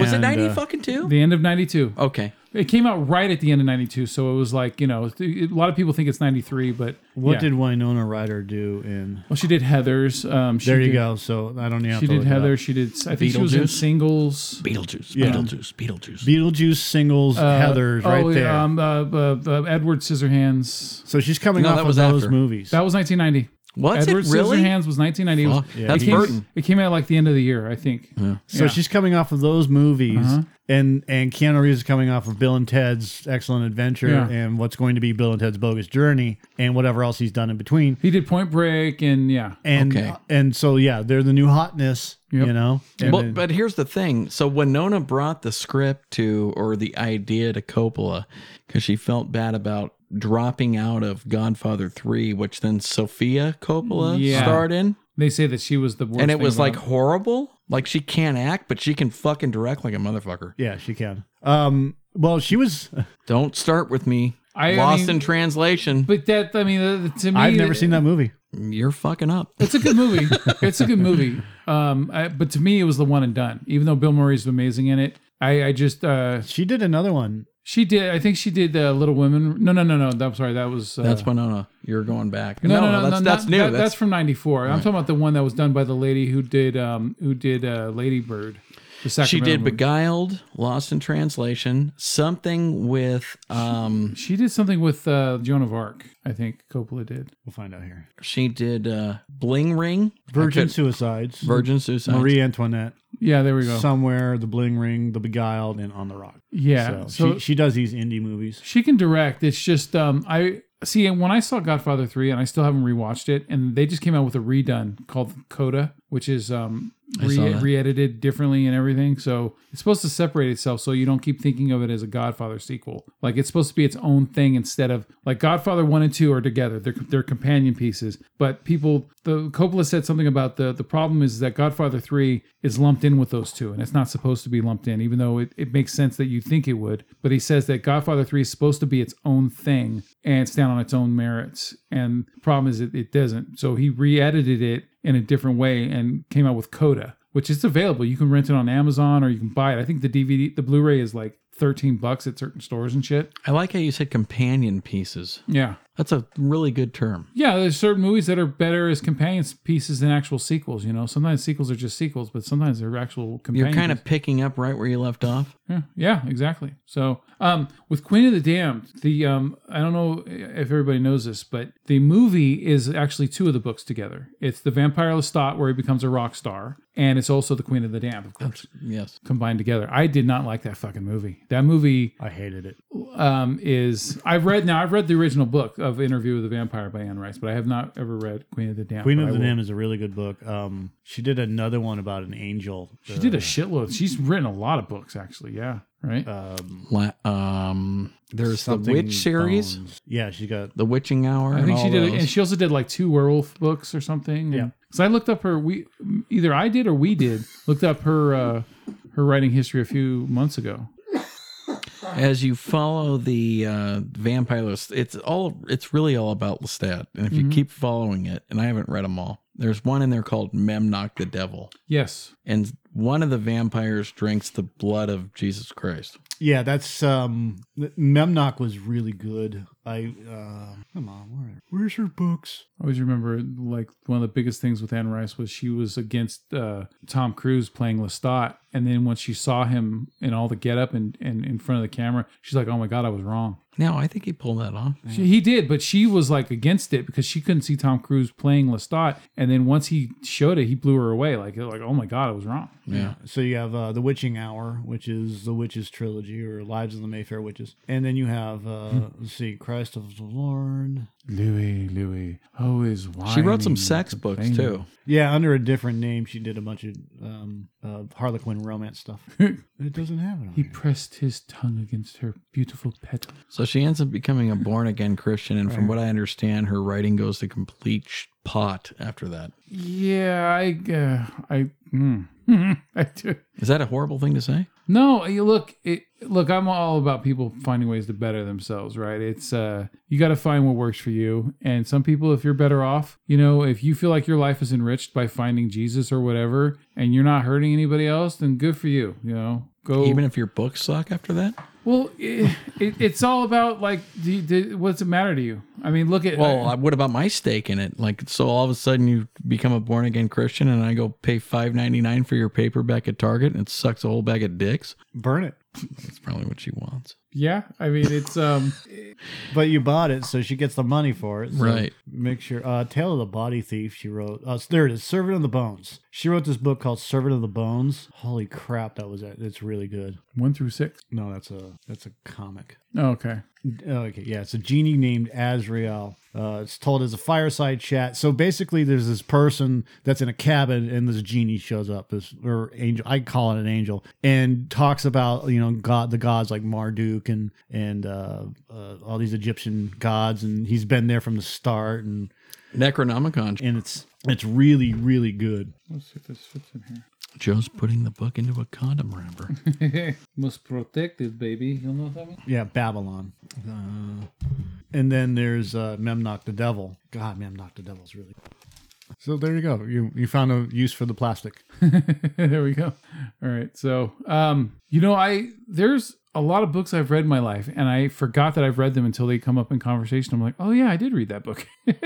was it and, 90 uh, fucking two? the end of 92. Okay. It came out right at the end of 92, so it was like, you know, a lot of people think it's 93, but what yeah. did Winona Ryder do in? Well, she did Heathers. Um, she There you did- go. So I don't even have She to did look it up. Heather. She did. I think she was in Beetlejuice? singles. Beetlejuice. Beetlejuice. Beetlejuice. Beetlejuice singles, Heather's Uh, right oh, yeah, there. Um, uh, uh, uh, Edward Scissorhands. so she's coming No, off that of was those after. movies. That was 1990. What's Edward it really? Scissorhands was 1990. Fuck, It was- that's it came, Burton. It came out like the end of the year, I think. So Yeah. Uh-huh. she's coming off of those movies, and and Keanu Reeves is coming off of Bill and Ted's Excellent Adventure Yeah. and what's going to be Bill and Ted's Bogus Journey and whatever else he's done in between. He did Point Break, and yeah, And Okay. and so yeah, they're the new hotness, Yep. you know. And Well, then- but here's the thing. So Winona brought the script to or the idea to Coppola because she felt bad about dropping out of Godfather 3, which then Sophia Coppola Yeah. starred in. they say that she was the worst. and it thing was about like him. horrible. Like she can't act, but she can fucking direct like a motherfucker. yeah, she can. Um, well, she was. Don't start with me. I- I Lost mean- in translation. But that, I mean, uh, to me, I've never seen that movie. You're fucking up. It's a good movie. it's a good movie. Um, I, but to me, it was the one and done. Even though Bill Murray's amazing in it, I, I just uh, She did another one. she did. I think she did uh, Little Women. No, no, no, no. I'm sorry. That was uh, That's Winona. You're going back. no, no, no, that's, no, that's not- new. that- that's that's from '94. I'm talking about the one that was done by the lady who did um, who did uh, Lady Bird. The She Sacramento did movie. Beguiled, Lost in Translation, something with um She did something with uh, Joan of Arc. I think Coppola did. We'll find out here. she did uh Bling Ring, Virgin I could- Suicides, Virgin Suicide. Marie Antoinette, Yeah, there Oh. we go. Somewhere, The Bling Ring, The Beguiled, and On the Rock. yeah, so so she, she does these indie movies. She can direct. It's just um I see and when I saw Godfather 3 and I still haven't rewatched it and they just came out with a redone called Coda, which is um I saw re- that. re-edited differently and everything. So it's supposed to separate itself so you don't keep thinking of it as a Godfather sequel. Like it's supposed to be its own thing instead of like Godfather 1 and 2 are together. They're they're companion pieces. But people the Coppola said something about the the problem is that Godfather 3 is lumped in with those two and it's not supposed to be lumped in even though it, it makes sense that you think it would. But he says that Godfather 3 is supposed to be its own thing and stand on its own merits. And the problem is it, it doesn't. So he re-edited it in a different way and came out with Coda, which is available. You can rent it on Amazon or you can buy it. I think the DVD, the Blu-ray is like 13 bucks at certain stores and shit. I like how you said companion pieces. Yeah. That's a really good term. Yeah, there's certain movies that are better as companion pieces than actual sequels, you know. Sometimes sequels are just sequels, but sometimes they're actual companion You're kind of picking up right where you left off. Yeah, yeah, exactly. So, um, with Queen of the Damned, the um, I don't know if everybody knows this, but the movie is actually two of the books together. It's the Vampire Lestat, where he becomes a rock star, and it's also the Queen of the Damned, of course, Yes. combined together. I did not like that fucking movie. That movie I hated it. um, is I've read now. I've read the original book of Interview with the Vampire by Anne Rice, but I have not ever read Queen of the Damned. Queen but of I the will- Damned is a really good book. Um, she did another one about an angel. She did a uh, shitload. She's written a lot of books, actually. Yeah, right. um, La- um, there's something the witch series, Bones. Yeah, she got. the witching hour. I think she did, Those. and she also did like two werewolf books or something. Yeah. Because I looked up her, we either I did or we did looked up her uh, her writing history a few months ago. As you follow the uh, vampire, list, it's all it's really all about Lestat, and if Mm-hmm. you keep following it, and I haven't read them all. There's one in there called Memnock the Devil, Yes. and one of the vampires drinks the blood of Jesus Christ. Yeah, that's um, Memnock was really good. I uh, come on, where, where's her books? I always remember like one of the biggest things with Anne Rice was she was against uh, Tom Cruise playing Lestat, and then once she saw him in all the getup and, and in front of the camera, she's like, "Oh my god, I was wrong." Now I think he pulled that off. She, he did, but she was like against it because she couldn't see Tom Cruise playing Lestat, and then once he showed it, he blew her away. Like, like, oh my god, I was wrong. Yeah. So you have uh, the Witching Hour, which is the Witches trilogy or Lives of the Mayfair Witches, and then you have uh, Hmm. let's see, Christ of the Lord. Louis, Louis, oh, always She wrote some sex books too. Yeah, under a different name, she did a bunch of um, uh, Harlequin romance stuff. it doesn't have it. On He here. pressed his tongue against her beautiful petals. So she ends up becoming a born again Christian, and from what I understand, her writing goes to complete sh- pot after that. Yeah, I, uh, I, mm, I do. Is that a horrible thing to say? No, you look, it, look, I'm all about people finding ways to better themselves, right? It's uh you got to find what works for you. And some people if you're better off, you know, if you feel like your life is enriched by finding Jesus or whatever and you're not hurting anybody else, then good for you, you know. Go Even if your books suck after that? Well, it, it, it's all about like, do, do, what's it matter to you? I mean, look at Well, I- what about my stake in it? Like, so all of a sudden you become a born again Christian, and I go pay five ninety nine for your paperback at Target, and it sucks a whole bag of dicks. Burn it. That's probably what she wants. yeah. I mean, it's um, But you bought it, so she gets the money for it. so Right. Make sure. Uh, Tale of the Body Thief, she wrote. Uh, there it is, Servant of the Bones. She wrote this book called Servant of the Bones. Holy crap, that was it. It's really good. one through six. No, that's a that's a comic. Oh, okay, Okay, yeah, it's a genie named Azrael. Uh, it's told as a fireside chat. So basically, there's this person that's in a cabin, and this genie shows up, this or angel. I call it an angel, and talks about you know God, the gods like Marduk and and uh, uh, all these Egyptian gods, and he's been there from the start, and Necronomicon. and it's it's really really good. let's see if this fits in here. Joe's putting the book into a condom wrapper. Most protected, baby. You know what I mean? Yeah, Babylon. Uh, and then there's uh, Memnock the Devil. God, Memnock the Devil's really. So there you go. You you found a use for the plastic. there we go. All right. So, um, you know, I there's a lot of books I've read in my life, and I forgot that I've read them until they come up in conversation. I'm like, oh yeah, I did read that book,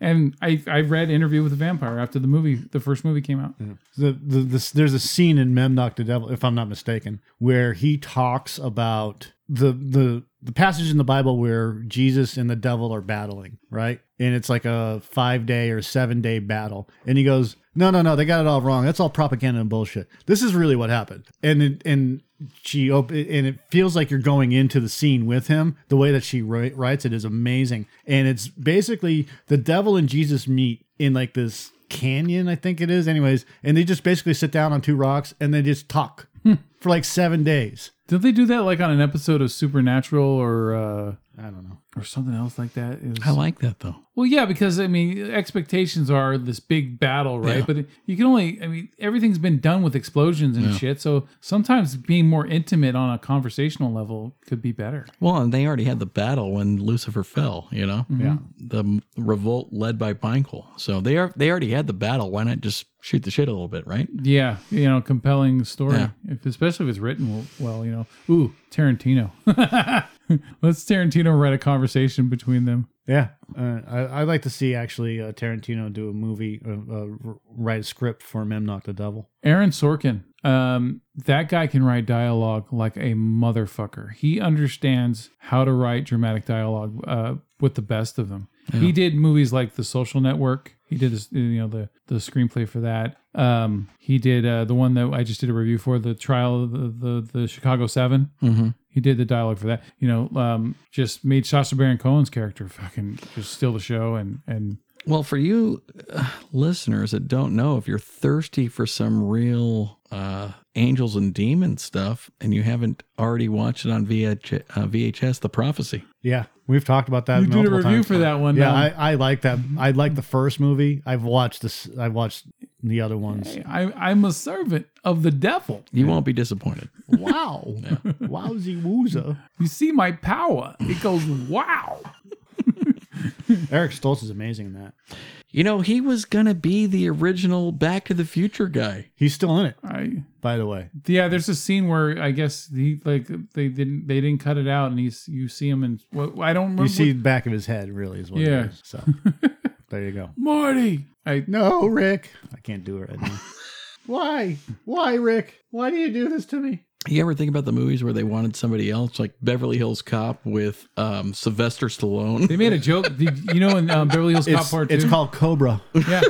and I I read Interview with a Vampire after the movie, the first movie came out. The, the, the there's a scene in Memnock the Devil, if I'm not mistaken, where he talks about the the the passage in the Bible where Jesus and the devil are battling, right? And it's like a five day or seven day battle. And he goes, No, no, no, they got it all wrong. That's all propaganda and bullshit. This is really what happened. And it, and she op- and it feels like you're going into the scene with him. The way that she wri- writes it is amazing, and it's basically the devil and Jesus meet in like this Canyon, I think it is. Anyways, and they just basically sit down on two rocks and they just talk for like seven days. Did they do that like on an episode of Supernatural or uh, I don't know. or something else like that? It was- I like that though. Well, yeah, because I mean, expectations are this big battle, right? Yeah. But you can only, I mean, everything's been done with explosions and shit. So sometimes being more intimate on a conversational level could be better. Well, and they already had the battle when Lucifer fell, you know? Yeah. The m- revolt led by Pinecole. So they are they already had the battle. Why not just shoot the shit a little bit, right? Yeah, you know, compelling story, Yeah. if, especially if it's written w- well. You know, ooh, Tarantino. Let's Tarantino write a conversation between them. Yeah, uh, I, I'd like to see actually uh, Tarantino do a movie, uh, uh, r- write a script for Memnock the Devil. Aaron Sorkin, um, that guy can write dialogue like a motherfucker. He understands how to write dramatic dialogue uh, with the best of them. He did movies like The Social Network. He did this, you know the the screenplay for that. Um, he did uh, the one that I just did a review for, the trial of the the, the Chicago Seven. Mm-hmm. He did the dialogue for that. You know, um, just made Sacha Baron Cohen's character fucking just steal the show and and Well, for you uh, listeners that don't know, if you're thirsty for some real uh, angels and demons stuff and you haven't already watched it on VH, uh, VHS, The Prophecy, Yeah, we've talked about that. you did a multiple review times. for that one. Yeah, um, I, I like that. I like the first movie. I've watched this. I watched the other ones. I, I'm a servant of the devil. you won't be disappointed. Wow, wowzy wooza. You see my power. It goes, wow. Eric Stoltz is amazing in that. You know, he was going to be the original Back to the Future guy. He's still in it, I, by the way. yeah, there's a scene where I guess he like they didn't they didn't cut it out, and he's you see him and what I don't remember. You see the back of his head, really, is what Yeah. it is. So there you go. Marty. I No, Rick. I can't do it right now. Why? Why, Rick? Why do you do this to me? You ever think about the movies where they wanted somebody else, like Beverly Hills Cop with um, Sylvester Stallone? they made a joke. Did, you know in um, Beverly Hills Cop It's, Part it's Two. called Cobra. yeah.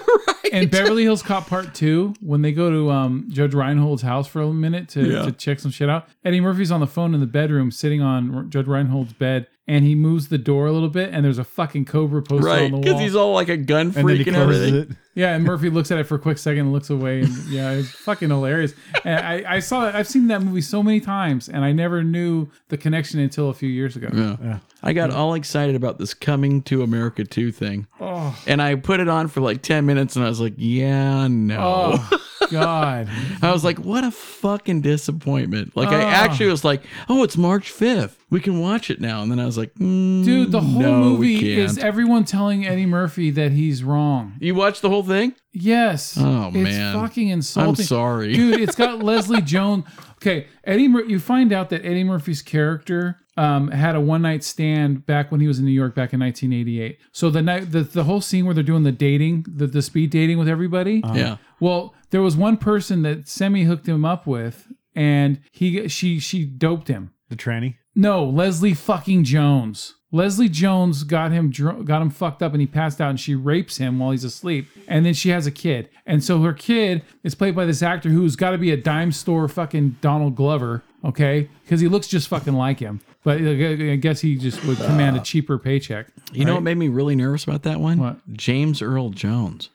And Beverly Hills Cop Part Two, when they go to um, Judge Reinhold's house for a minute to, Yeah. to check some shit out, Eddie Murphy's on the phone in the bedroom, sitting on R- Judge Reinhold's bed, and he moves the door a little bit, and there's a fucking cobra poster Right, on the because wall. he's all like a gun And then he freak and, closes everything. it. yeah, and Murphy looks at it for a quick second, and looks away, and yeah, it's fucking hilarious. And I, I saw it. I've seen that movie so many times, and I never knew the connection until a few years ago. Yeah. I got all excited about this Coming to America 2 thing. Oh. And I put it on for like 10 minutes and I was like, yeah, no. Oh God! I was like, what a fucking disappointment. Like, I actually was like, oh, it's March 5th. We can watch it now. And then I was like, mm, Dude, the whole no, we movie is can't. everyone telling Eddie Murphy that he's wrong. You watched the whole thing? Yes. Oh, it's man. fucking insulting. I'm sorry. dude. It's got Leslie Jones. Okay, Eddie. Mur- you find out that Eddie Murphy's character um, had a one night stand back when he was in New York back in 1988. So the night, the, the whole scene where they're doing the dating, the, the speed dating with everybody. Uh-huh. yeah. Well, there was one person that Semi hooked him up with, and he she she doped him. The tranny. No, Leslie fucking Jones. Leslie Jones got him dr- got him fucked up and he passed out and she rapes him while he's asleep and then she has a kid. And so her kid is played by this actor who's got to be a dime store fucking Donald Glover, okay? Cuz he looks just fucking like him. But I guess he just would command a cheaper paycheck. You know what made me really nervous about that one? What? James Earl Jones.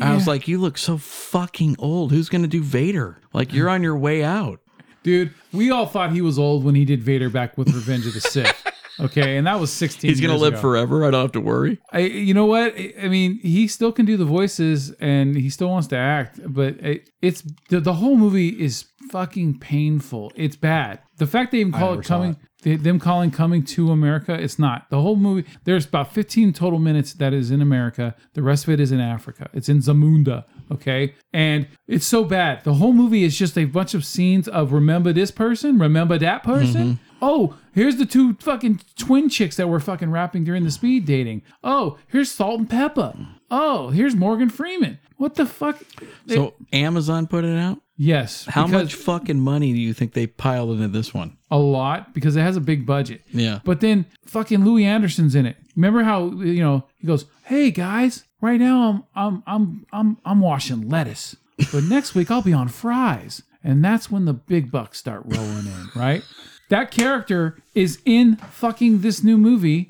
I was like, you look so fucking old. Who's going to do Vader? Like, you're on your way out. Dude, we all thought he was old when he did Vader back with Revenge of the Sith. Okay, and that was 16 He's going to years live ago. forever. I don't have to worry. I, you know what? I I mean, he still can do the voices and he still wants to act, but it, it's the, the whole movie is fucking painful. It's bad. The fact they even call never it saw coming, they, them calling coming to America, it's not. The whole movie, there's about 15 total minutes that is in America. The rest of it is in Africa. It's in Zamunda. Okay. And it's so bad. The whole movie is just a bunch of scenes of remember this person, remember that person. Mm-hmm. Oh, here's the two fucking twin chicks that were fucking rapping during the speed dating. Oh, here's Salt and Peppa. Oh, here's Morgan Freeman. What the fuck? They- So, Amazon put it out? yes, How because- much fucking money do you think they piled into this one? A lot because it has a big budget. Yeah. But then fucking Louis Anderson's in it. Remember how you know he goes, "Hey guys, right now I'm I'm I'm I'm I'm washing lettuce, but next week I'll be on fries." And that's when the big bucks start rolling in, right? That character is in fucking this new movie.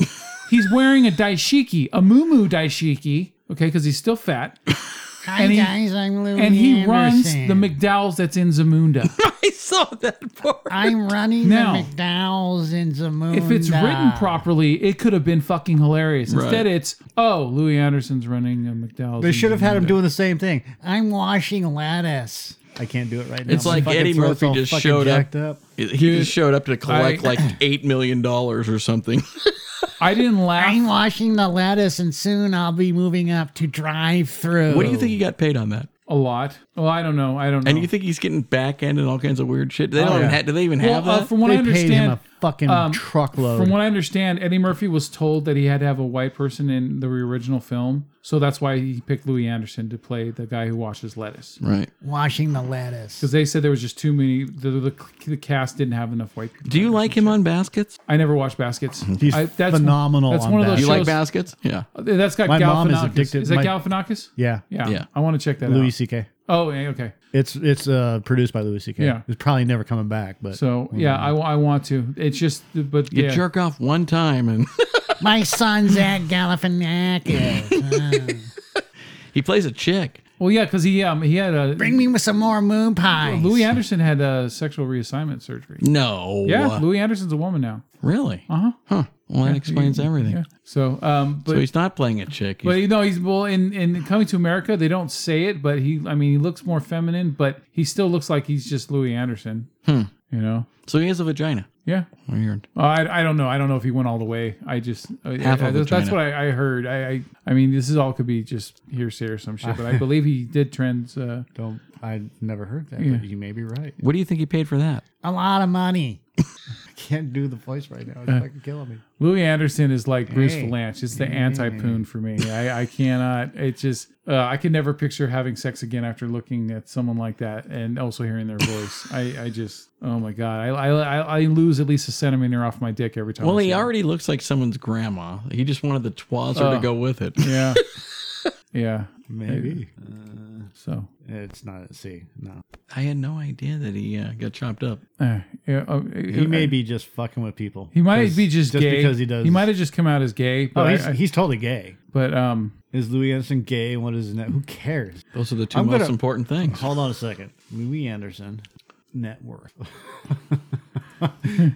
He's wearing a daishiki, a muumuu daishiki, okay, because he's still fat. Hi And he- guys, I'm Lou. and he runs Anderson. the McDowell's that's in Zamunda. I saw that part. I'm running Now, the McDowell's in Zamunda. if it's written properly, it could have been fucking hilarious. Instead, it's oh, Louis Anderson's running a McDowell's. they in should have had him Zamunda." doing the same thing. I'm washing lettuce. I can't do it right now. It's My like fucking Eddie throat's Murphy all just fucking showed up. jacked up. He Dude, just showed up to collect I- like eight million dollars or something. I didn't laugh. I'm washing the lettuce, and soon I'll be moving up to drive-through. What do you think he got paid on that? a lot. Well, I don't know. I don't know. And you think he's getting back end and all kinds of weird shit? They don't even yeah. ha- do they even Oh, well, have uh, that? from what they I understand, paid him a fucking um, truckload. From what I understand, Eddie Murphy was told that he had to have a white person in the original film, so that's why he picked Louis Anderson to play the guy who washes lettuce. right. washing the lettuce. Because they said there was just too many. The, the, the cast didn't have enough white people. Do you like him on baskets? I never watched Baskets. He's I, phenomenal That's on one of Baskets. those. Do you like shows- baskets? Yeah. That's got My mom is Galifianakis. addicted- Is that my- Galifianakis? Yeah, Yeah. Yeah. I want to check that Louis out. C.K. Oh, yeah, okay. It's it's uh, produced by Louis C.K. Yeah. it's probably never coming back. But So yeah, I, I want to. It's just, but Mm-hmm. You yeah. jerk off one time and my son's at Galifianakis. he plays a chick. Well, yeah, because he um he had a Bring me with some more moon pies. Louis Anderson had a sexual reassignment surgery. No. Yeah, Louis Anderson's a woman now. Really? Uh huh. Huh. Well, that explains everything. Yeah. So um, but So he's not playing a chick. But He's- you know, he's well in in coming to America. They don't say it, but he. I mean, he looks more feminine, but he still looks like he's just Louis Anderson. Hmm. You know. so he has a vagina. Yeah. Weird. Uh, I, I don't know. I don't know if he went all the way. I just I- Half I- of that's, that's vagina. what I, I heard. I, I I mean, this is all could be just hearsay or some shit, but I believe he did trans. Uh, Don't I never heard that, but you may be right. What do you think he paid for that? A lot of money. I can't do the voice right now. It's Uh. fucking killing me. Louis Anderson is like Bruce Hey. Valanche. It's the anti-poon for me. I, I cannot. It just uh, I can never picture having sex again after looking at someone like that and also hearing their voice. I, I just oh my god. I, I I- I lose at least a centimeter off my dick every time. Well, I he see him. already looks like someone's grandma. He just wanted the twazzer to go with it. Yeah. yeah. Maybe So. it's not at sea. No, I had no idea that he uh, got chopped up. Uh, yeah, uh, he may be just fucking with people. He might 'Cause- be just, gay. because he does. He might have just come out as gay. But Oh, he's, I, I- he's totally gay. but um, Is Louis Anderson gay? What is his net? Who cares? Those are the 2 I'm most gonna- important things. Hold on a second. Louis Anderson, net worth.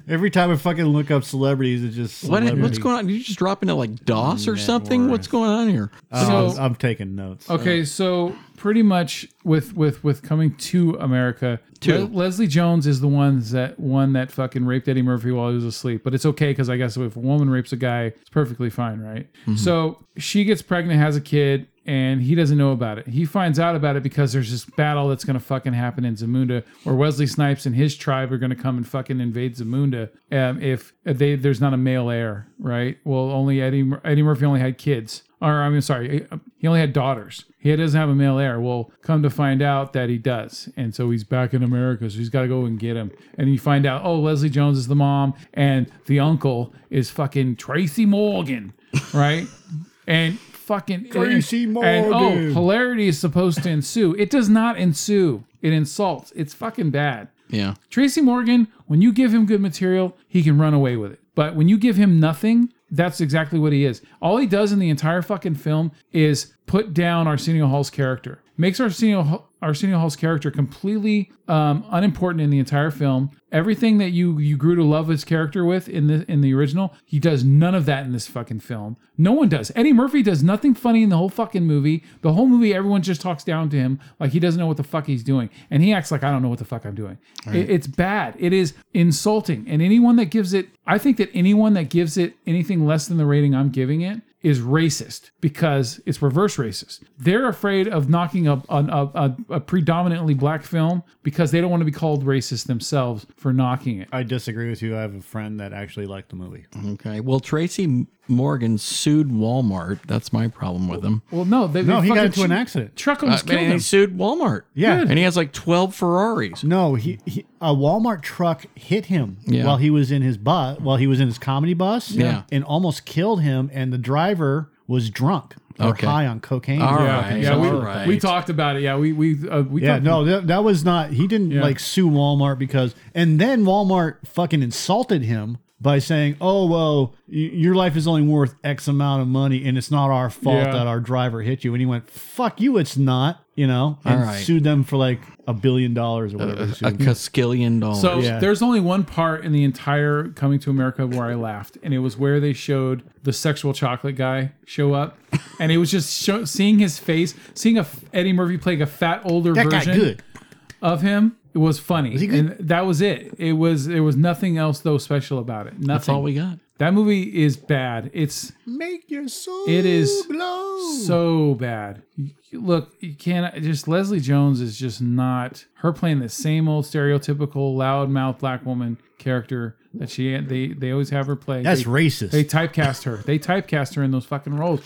Every time I fucking look up celebrities, it's just What, celebrity. what's going on? Did you just drop into like DOS or Net something? worth. What's going on here? Uh, So- I'm taking notes. okay, so pretty much with with with coming to America, Le- Leslie Jones is the ones that one that fucking raped Eddie Murphy while he was asleep. But it's okay because I guess if a woman rapes a guy, it's perfectly fine, right? So she gets pregnant, has a kid. And he doesn't know about it. He finds out about it because there's this battle that's gonna fucking happen in Zamunda, where Wesley Snipes and his tribe are gonna come and fucking invade Zamunda um, if they there's not a male heir, right? Well, only Eddie Mur- Eddie Murphy only had kids or I mean, sorry, he only had daughters. He doesn't have a male heir. Well, come to find out that he does, and so he's back in America. So he's got to go and get him. And you find out, oh, Leslie Jones is the mom, and the uncle is fucking Tracy Morgan, right? and fucking Tracy and- Morgan. and, oh, hilarity is supposed to ensue. It does not ensue. It insults. It's fucking bad. Yeah. Tracy Morgan, when you give him good material, he can run away with it. But when you give him nothing, that's exactly what he is. All he does in the entire fucking film is put down Arsenio Hall's character. Makes Arsenio Arsenio Hall's character completely um, unimportant in the entire film. Everything that you you grew to love his character with in the in the original, he does none of that in this fucking film. No one does. Eddie Murphy does nothing funny in the whole fucking movie. The whole movie, everyone just talks down to him like he doesn't know what the fuck he's doing, and he acts like I don't know what the fuck I'm doing. It- it's bad. It is insulting, and anyone that gives it, I think that anyone that gives it anything less than the rating I'm giving it is racist because it's reverse racist. They're afraid of knocking up an- a, a, a predominantly black film because they don't want to be called racist themselves for knocking it. I disagree with you. I have a friend that actually liked the movie. Okay. Well, Tracy Morgan sued Walmart. That's my problem with him. Well, no, they, No, he they got fucking- into an accident. Truck almost Uh, killed and he him. sued Walmart. Yeah. And he has like 12 Ferraris. No, he, he a Walmart truck hit him Yeah. while he was in his bus, while he was in his comedy bus, Yeah. and almost killed him. And the driver was drunk or Okay. high on cocaine. All Yeah, right. yeah, we, all right. we talked about it. Yeah, we we uh, we Yeah, talked- no, that, that was not. He didn't like sue Walmart because, and then Walmart fucking insulted him by saying, "Oh well, y- your life is only worth X amount of money, and it's not our fault Yeah. that our driver hit you." And he went, "Fuck you, it's not," you know, and All right. sued them for like a billion dollars or whatever. a, he a sued. cascillion dollars. So Yeah. there's only one part in the entire Coming to America where I laughed, and it was where they showed the sexual chocolate guy show up, and it was just show, seeing his face, seeing a f- Eddie Murphy playing a fat older that guy version good. of him. It was funny, he good? and that was it. It was there was nothing else though special about it. Nothing. that's all we got. that movie is bad. It's Make your soul. It is blow. so bad. You- Look, you can't just Leslie Jones is just not her playing the same old stereotypical loudmouth black woman character that she they they always have her play. That's they, racist. They typecast her. They typecast her in those fucking roles,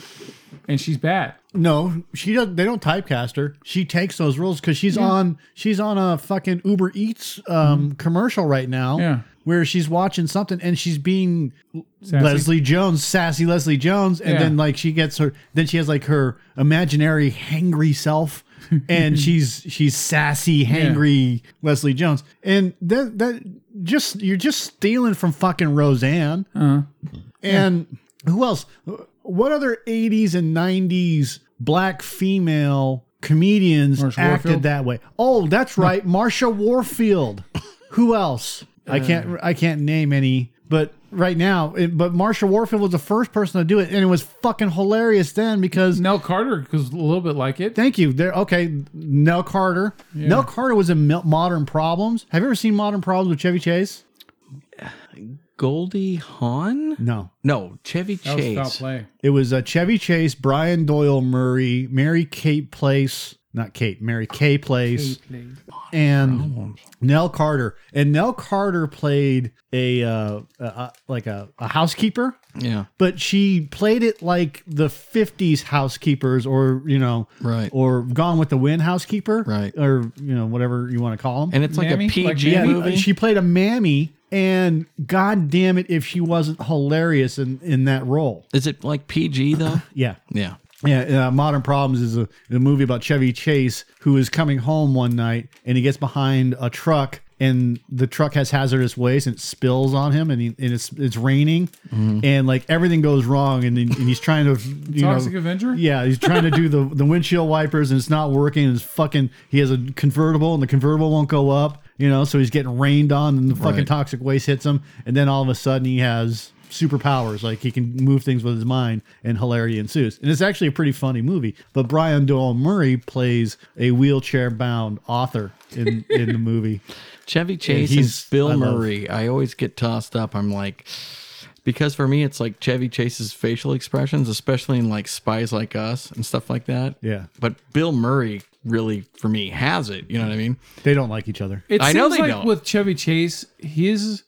and she's bad. no, she doesn't. They don't typecast her. She takes those roles because she's on. She's on a fucking Uber Eats um, commercial right now. Mm-hmm. Yeah. Where she's watching something and she's being Sassy. Leslie Jones, sassy Leslie Jones, and Yeah. then like she gets her, then she has like her imaginary hangry self, and she's she's sassy, hangry Leslie Jones, and that that just you're just stealing from fucking Roseanne, and who else? What other '80s and '90s black female comedians Marsha acted Warfield? that way? Oh, that's right, Marsha Warfield. Who else? I can't I can't name any, but right now, it, but Marsha Warfield was the first person to do it, and it was fucking hilarious then because. Nell Carter was a little bit like it. Thank you. There, okay. Nell Carter. Nell Carter was in Mo- Modern Problems. Have you ever seen Modern Problems with Chevy Chase? Goldie Hawn? No. No, Chevy That was foul Chase. play. It was uh, Chevy Chase, Brian Doyle Murray, Mary Kate Place, not Kate, Mary Kay Place, and Nell Carter. And Nell Carter played a, uh, a, a like a, a housekeeper, Yeah. but she played it like the '50s housekeepers, or you know, Right. or Gone with the Wind housekeeper, Right. or you know, whatever you want to call them. And it's like Mammy? a Like PG Yeah, Mammy? movie. she played a mammy, and god damn it, if she wasn't hilarious in in that role, Is it like PG though? yeah. yeah. Yeah, uh, Modern Problems is a, a movie about Chevy Chase who is coming home one night and he gets behind a truck and the truck has hazardous waste and it spills on him and, he, and it's it's raining Mm-hmm. and like everything goes wrong and, then- and he's trying to you know Toxic Avenger? yeah he's trying to do the the windshield wipers and it's not working and it's fucking he has a convertible and the convertible won't go up you know so he's getting rained on and the fucking Right. toxic waste hits him and then all of a sudden he has superpowers like he can move things with his mind and hilarity ensues and it's actually a pretty funny movie but brian doyle murray plays a wheelchair bound author in, in the movie Chevy Chase he's- and Bill I love- Murray. I always get tossed up. I'm like, because for me, it's like Chevy Chase's facial expressions, especially in like Spies Like Us and stuff like that. Yeah. But Bill Murray really, for me, has it. You know what I mean? they don't like each other It I seems know they like don't. with Chevy Chase, his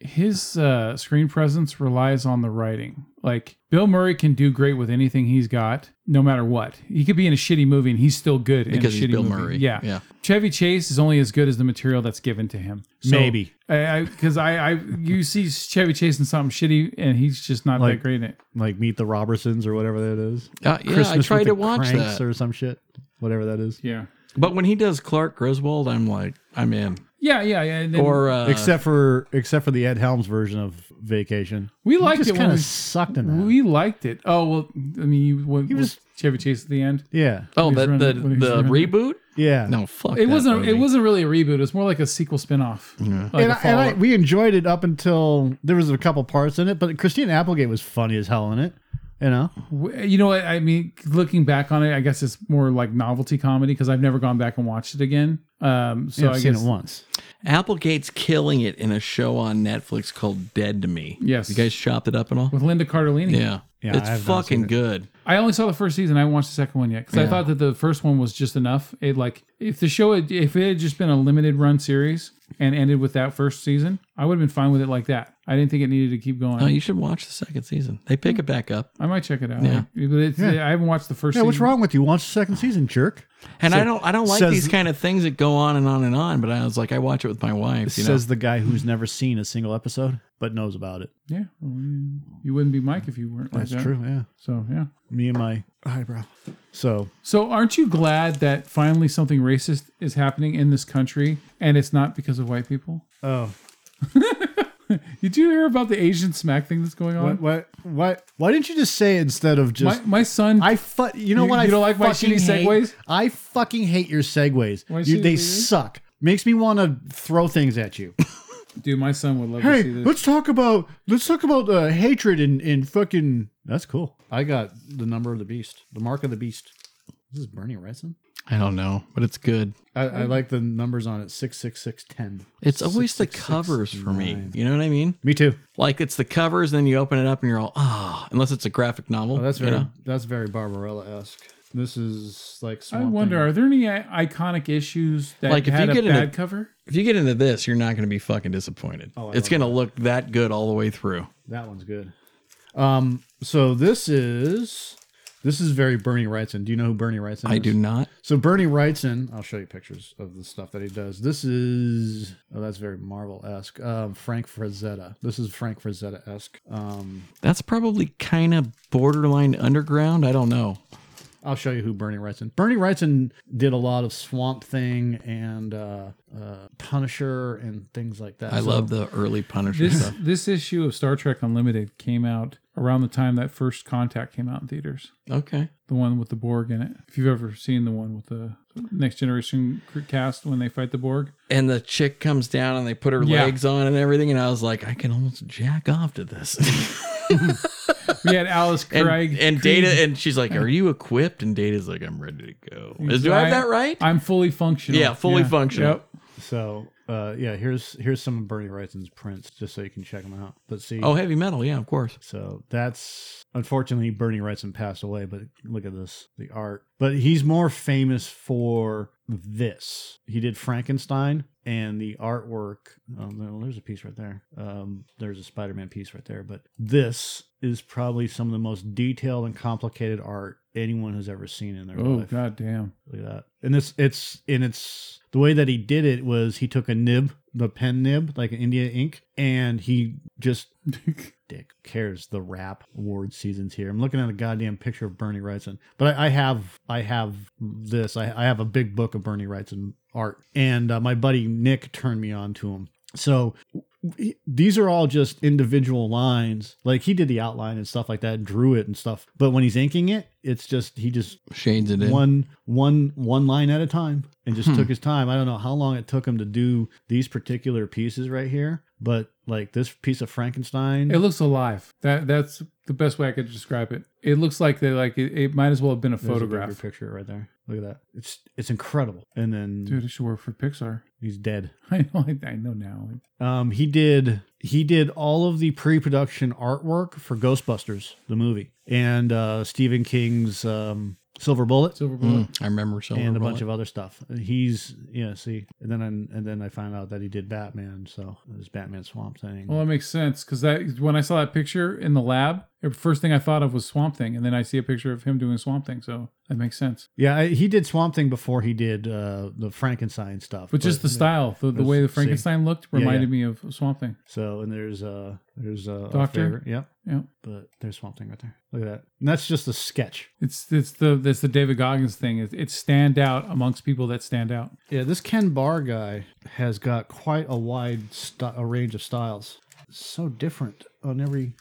his uh, screen presence relies on the writing. Like Bill Murray can do great with anything he's got, no matter what. He could be in a shitty movie and he's still good Because in a he's shitty Bill movie. Murray. Yeah. Yeah. Chevy Chase is only as good as the material that's given to him. So, Maybe. I because I, I, you see Chevy Chase in something shitty and he's just not Like- that great in it. like meet the robertsons or whatever that is Uh, yeah, I Christmas tried with the to watch Cranks that. or some shit whatever that is Yeah. But when he does Clark Griswold, I'm like, I'm in. Yeah, yeah, yeah. and then- Or uh, except for except for the Ed Helms version of Vacation. We liked just it when kind of we- sucked in that. we liked it. Oh well, I mean, you went, he was- was Chevy Chase at the end. yeah, oh, he's the running- the, when he's the running. reboot? yeah. No, fuck. It that wasn't. It movie. wasn't really a reboot. It's more like a sequel spinoff. Like and, a I, and I, follow-up. we enjoyed it up until there was a couple parts in it, but Christine Applegate was funny as hell in it. You know, W- you know what I mean? Looking back on it, I guess it's more like novelty comedy because I've never gone back and watched it again. Um, so Yeah, I've I seen guess it once. Applegate's killing it in a show on Netflix called Dead to Me. Yes. You guys chopped it up and all? with Linda Cardellini. Yeah. Yeah, it's I have not seen fucking it. good. I only saw the first season. I haven't watched the second one yet because I Yeah. thought that the first one was just enough. It like if the show had, if it had just been a limited run series and ended with that first season, I would have been fine with it like that. I didn't think it needed to keep going. No, Uh, Oh, you should watch the second season. They pick it back up. I might check it out. Yeah. But it's, I haven't watched the first. Yeah, what's season. wrong with you? Watch the second season, jerk. And I don't I don't like says- these kind of things that go on and on and on, but I was like I watch it with my wife, you know. Says the guy who's never seen a single episode but knows about it. Yeah, well, you- you wouldn't be Mike if you weren't. Like That's that. true. Yeah, So yeah. me and my eyebrow. So So aren't you glad that finally something racist is happening in this country and it's not because of white people? oh. Did you hear about the Asian smack thing that's going on? What? What? What? Why didn't you just say instead of just? my, my son. I fu- You know You- what? you I don't like my fucking shitty hate? segues? I fucking hate your segues. Wanna see You, the they video? suck. Makes me want to throw things at you. dude, my son would love hey, to see this. let's talk about let's talk about uh, hatred and and fucking. That's cool. I got the number of the beast, the mark of the beast. This is Bernie Wrightson. I don't know, but it's good. I, I like the numbers on it. Six six six ten. It's always the covers for me. You know what I mean? Me too. Like it's the covers, then you open it up and you're all, ah, unless it's a graphic novel. Oh, that's you very know? that's very Barbarella esque. This is like I Swamp wonder, Thing. are there any i- iconic issues that Like, if had you a get in a- bad cover? If you get into this, you're not going to be fucking disappointed. I it's love going to look Oh, that good all the way through. That one's good. Um, so this is this is very Bernie Wrightson. Do you know who Bernie Wrightson is? I do not. So Bernie Wrightson, I'll show you pictures of the stuff that he does. This is oh, that's very Marvel esque. Um, Frank Frazetta. This is Frank Frazetta esque. Um, That's probably kind of borderline underground. I don't know. I'll show you who Bernie Wrightson. Bernie Wrightson did a lot of Swamp Thing and uh, uh, Punisher and things like that. I love the early Punisher This stuff. this issue of Star Trek Unlimited came out around the time that First Contact came out in theaters. Okay. The one with the Borg in it. If you've ever seen the one with the Next Generation cr- cast when they fight the Borg, And the chick comes down and they put her Yeah. legs on and everything. And I was like, I can almost jack off to this. we had Alice and, Craig and Creed. Data, and she's like, Are you equipped? And Data's like, I'm ready to go. Is, do I have I- that right? I'm fully functional. Yeah, fully functional. Yep. So uh, yeah, here's here's some of Bernie Wrightson's prints, just so you can check them out. But see, Oh, heavy metal. Yeah, of course. So that's unfortunately Bernie Wrightson passed away, but look at this, the art. But he's more famous for this. He did Frankenstein and the artwork. Um, there- there's a piece right there. Um, there's a Spider Man piece right there. But this is probably some of the most detailed and complicated art anyone has ever seen in their Oh life. god damn. Look at that. And this it's and it's the way that he did it was he took a nib, the pen nib, like an India ink, and he just dick cares the rap award seasons here. I'm looking at a goddamn picture of Bernie Wrightson. But I, I have I have this. I, I have a big book of Bernie Wrightson art. And uh, my buddy Nick turned me on to him. So he- these are all just individual lines. Like he did the outline and stuff like that, drew it and stuff. But when he's inking it, it's just he just Shades it in. one one one line at a time and just Hmm. took his time. I don't know how long it took him to do these particular pieces right here, but like this piece of Frankenstein. It looks alive. That that's the best way I could describe it. It looks like they like it, it might as well have been a There's a photograph. bigger picture right there. Look at that. It's it's incredible. And then Dude, it should work for Pixar. he's dead. I know I know now. Um, he did he did all of the pre-production artwork for Ghostbusters the movie and uh, Stephen King's um, Silver Bullet. Silver bullet. Mm, I remember so. and a bunch of other stuff. He's yeah, see, and then I, and then I found out that he did Batman, so it was Batman Swamp Thing. Well, that makes sense because that when I saw that picture in the lab, the first thing I thought of was Swamp Thing, and then I see a picture of him doing Swamp Thing, so that makes sense. yeah, I, he did Swamp Thing before he did uh, the Frankenstein stuff, But just the style, the, the Let's way the see. Frankenstein looked, Yeah, reminded me of Swamp Thing. So and there's uh there's uh, our Doctor? favorite- yeah, Yeah, but there's Swamp Thing right there. Look at that, and that's just a sketch. it's it's the that's the David Goggins thing. It, it stand out amongst people that stand out. Yeah, this Ken Barr guy has got quite a wide st- a range of styles. So different on every.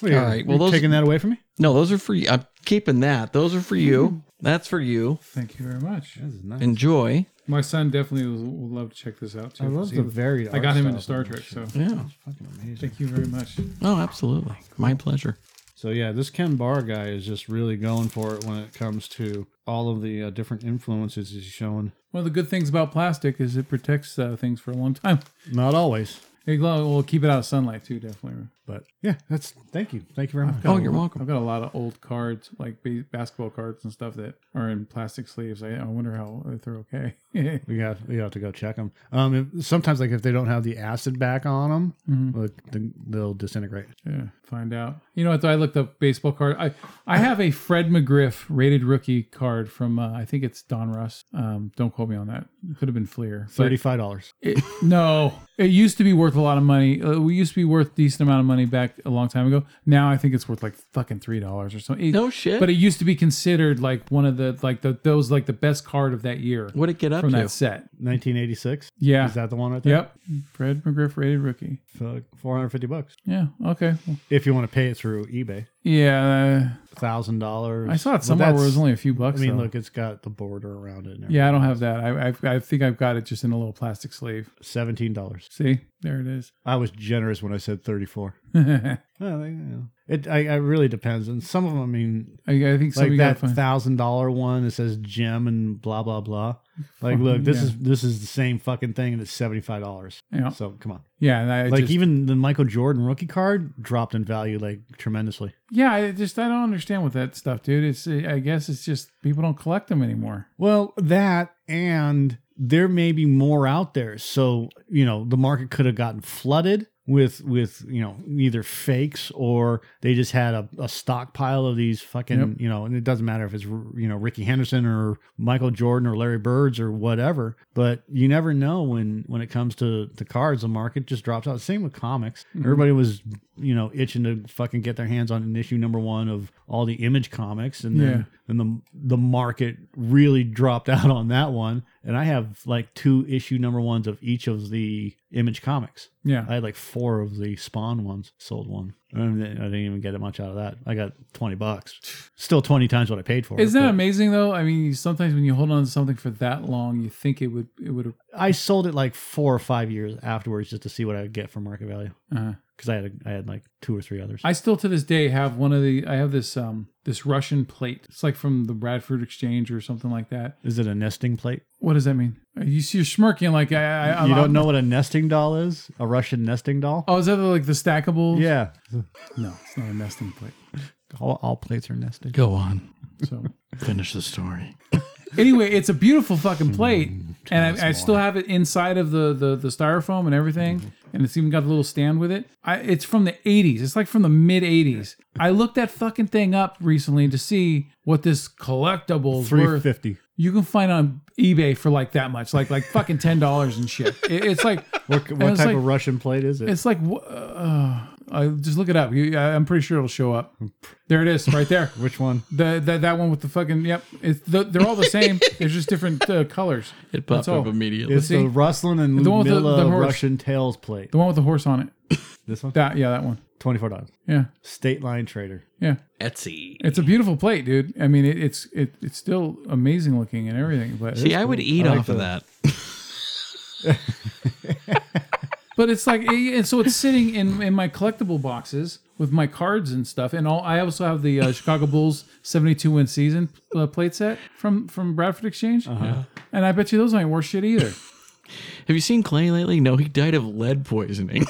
Wait, All right, well, you're those- taking that away from me. No, those are for you. I'm keeping that. Those are for you. That's for you. Thank you very much. This is nice. Enjoy. My son definitely will, will love to check this out too. I love 'cause he the was- varied. I art got him style into of Star that Trek, shit. so Yeah. Fucking amazing. thank you very much. Oh, absolutely. My pleasure. So yeah, this Ken Barr guy is just really going for it when it comes to all of the uh, different influences he's showing. One of the good things about plastic is it protects uh, things for a long time. Not always, It will will keep it out of sunlight too, definitely. but yeah, that's thank you, thank you very much. Got Oh, a you're lot- welcome. I've got a lot of old cards, like ba- basketball cards and stuff that are in plastic sleeves. I, I wonder how if they're okay. We got we have to go check them. Um, if, sometimes like if they don't have the acid back on them, Mm-hmm. like then they'll disintegrate. yeah, find out. You know what? though? I looked up baseball card. I I have a Fred McGriff rated rookie card from uh, I think it's Don Russ. Um, don't quote me on that. It could have been Fleer. but- Thirty five dollars. It, no, it used to be worth a lot of money. Uh, We used to be worth decent amount of money money back a long time ago. Now I think it's worth like fucking three dollars or something. It- No shit. But it used to be considered like one of the like the that was like the best card of that year What'd it get up from to? that set. 1986. Yeah. Is that the one right there? Yep. Fred McGriff rated rookie. Yep. 450 bucks. Yeah. Okay. Well, If you want to pay it through eBay, $1,000. Yeah. uh, thousand dollars. I saw it somewhere where it was only a few I bucks. mean, though. look, it's got the border around it. Now. Yeah, I don't have that. I, I I think I've got it just in a little plastic sleeve. Seventeen dollars. See, there it is. I was generous when I said thirty-four. I, Well, you know, it I, I really depends, and some of them. I mean, I think so. like we that got to find. thousand dollar one that says gem and blah blah blah. Like, Fucking- look, this yeah. is this is the same fucking thing, and it's seventy-five dollars. Yeah, So come on. yeah. And I like just, even the Michael Jordan rookie card dropped in value like tremendously. yeah. I just I don't understand with that stuff, dude. It's I guess it's just people don't collect them anymore. Well, that and there may be more out there. So, you know, the market could have gotten flooded with with, you know, either fakes or they just had a, a stockpile of these fucking, Yep. you know, and it doesn't matter if it's you know, Ricky Henderson or Michael Jordan or Larry Birds or whatever, but you never know when when it comes to the cards, the market just drops out. Same with comics. Mhm. Everybody was, you know, itching to fucking get their hands on an issue number 1 of all the image comics and then Yeah. and the the market really dropped out on that one. And I have like two issue number ones of each of the Image comics. Yeah, I had like four of the Spawn ones. Sold one. And I didn't even get much out of that. I got twenty bucks. Still twenty times what I paid for. it, isn't that but amazing though? I mean, you- sometimes when you hold on to something for that long, you think it would it would. I sold it like four or five years afterwards just to see what I would get for market value Uh, because I had a, I had like two or three others. I still to this day have one of the I have this um this Russian plate. It's like from the Bradford Exchange or something like that. Is it a nesting plate? What does that mean? Uh, You see, you're smirking like I. I you I'm- don't know what a nesting doll is? A Russian nesting doll? Oh, is that like the stackable? Yeah, No, it's not a nesting plate. all, all plates are nested. Go on. So Finish the story. anyway, it's a beautiful fucking plate, and I, I still have it inside of the, the the styrofoam and everything, and it's even got a little stand with it. I, it's from the '80s. It's like from the mid '80s. I looked that fucking thing up recently to see what this collectible's Three worth. fifty. You can find on eBay for like that much, like like fucking ten dollars and shit. It, it's like What, And what it's type like- of Russian plate is it? It's like, wh- uh, I just look it up. You, I, I'm pretty sure it'll show up. There it is, right there. Which one? The, the that one with the fucking yep. It's the, they're all the same. There's just different uh, colors. It popped all. up immediately. It's see. the Rustlin and The one with the- Ludmilla the horse. Russian Tails plate. The one with the horse on it. This one? That yeah, that one. $24. Yeah, State line trader. yeah. Etsy. It's a beautiful plate, dude. I mean, it, it's it, it's still amazing looking and everything. But See, I would eat I like off of that. that. but it's like and so it's sitting in in my collectible boxes with my cards and stuff. And all I also have the uh, Chicago Bulls 72 win season uh, plate set from from Bradford Exchange. And I bet you those ain't worth shit either. Have you seen Clay lately? No, he died of lead poisoning.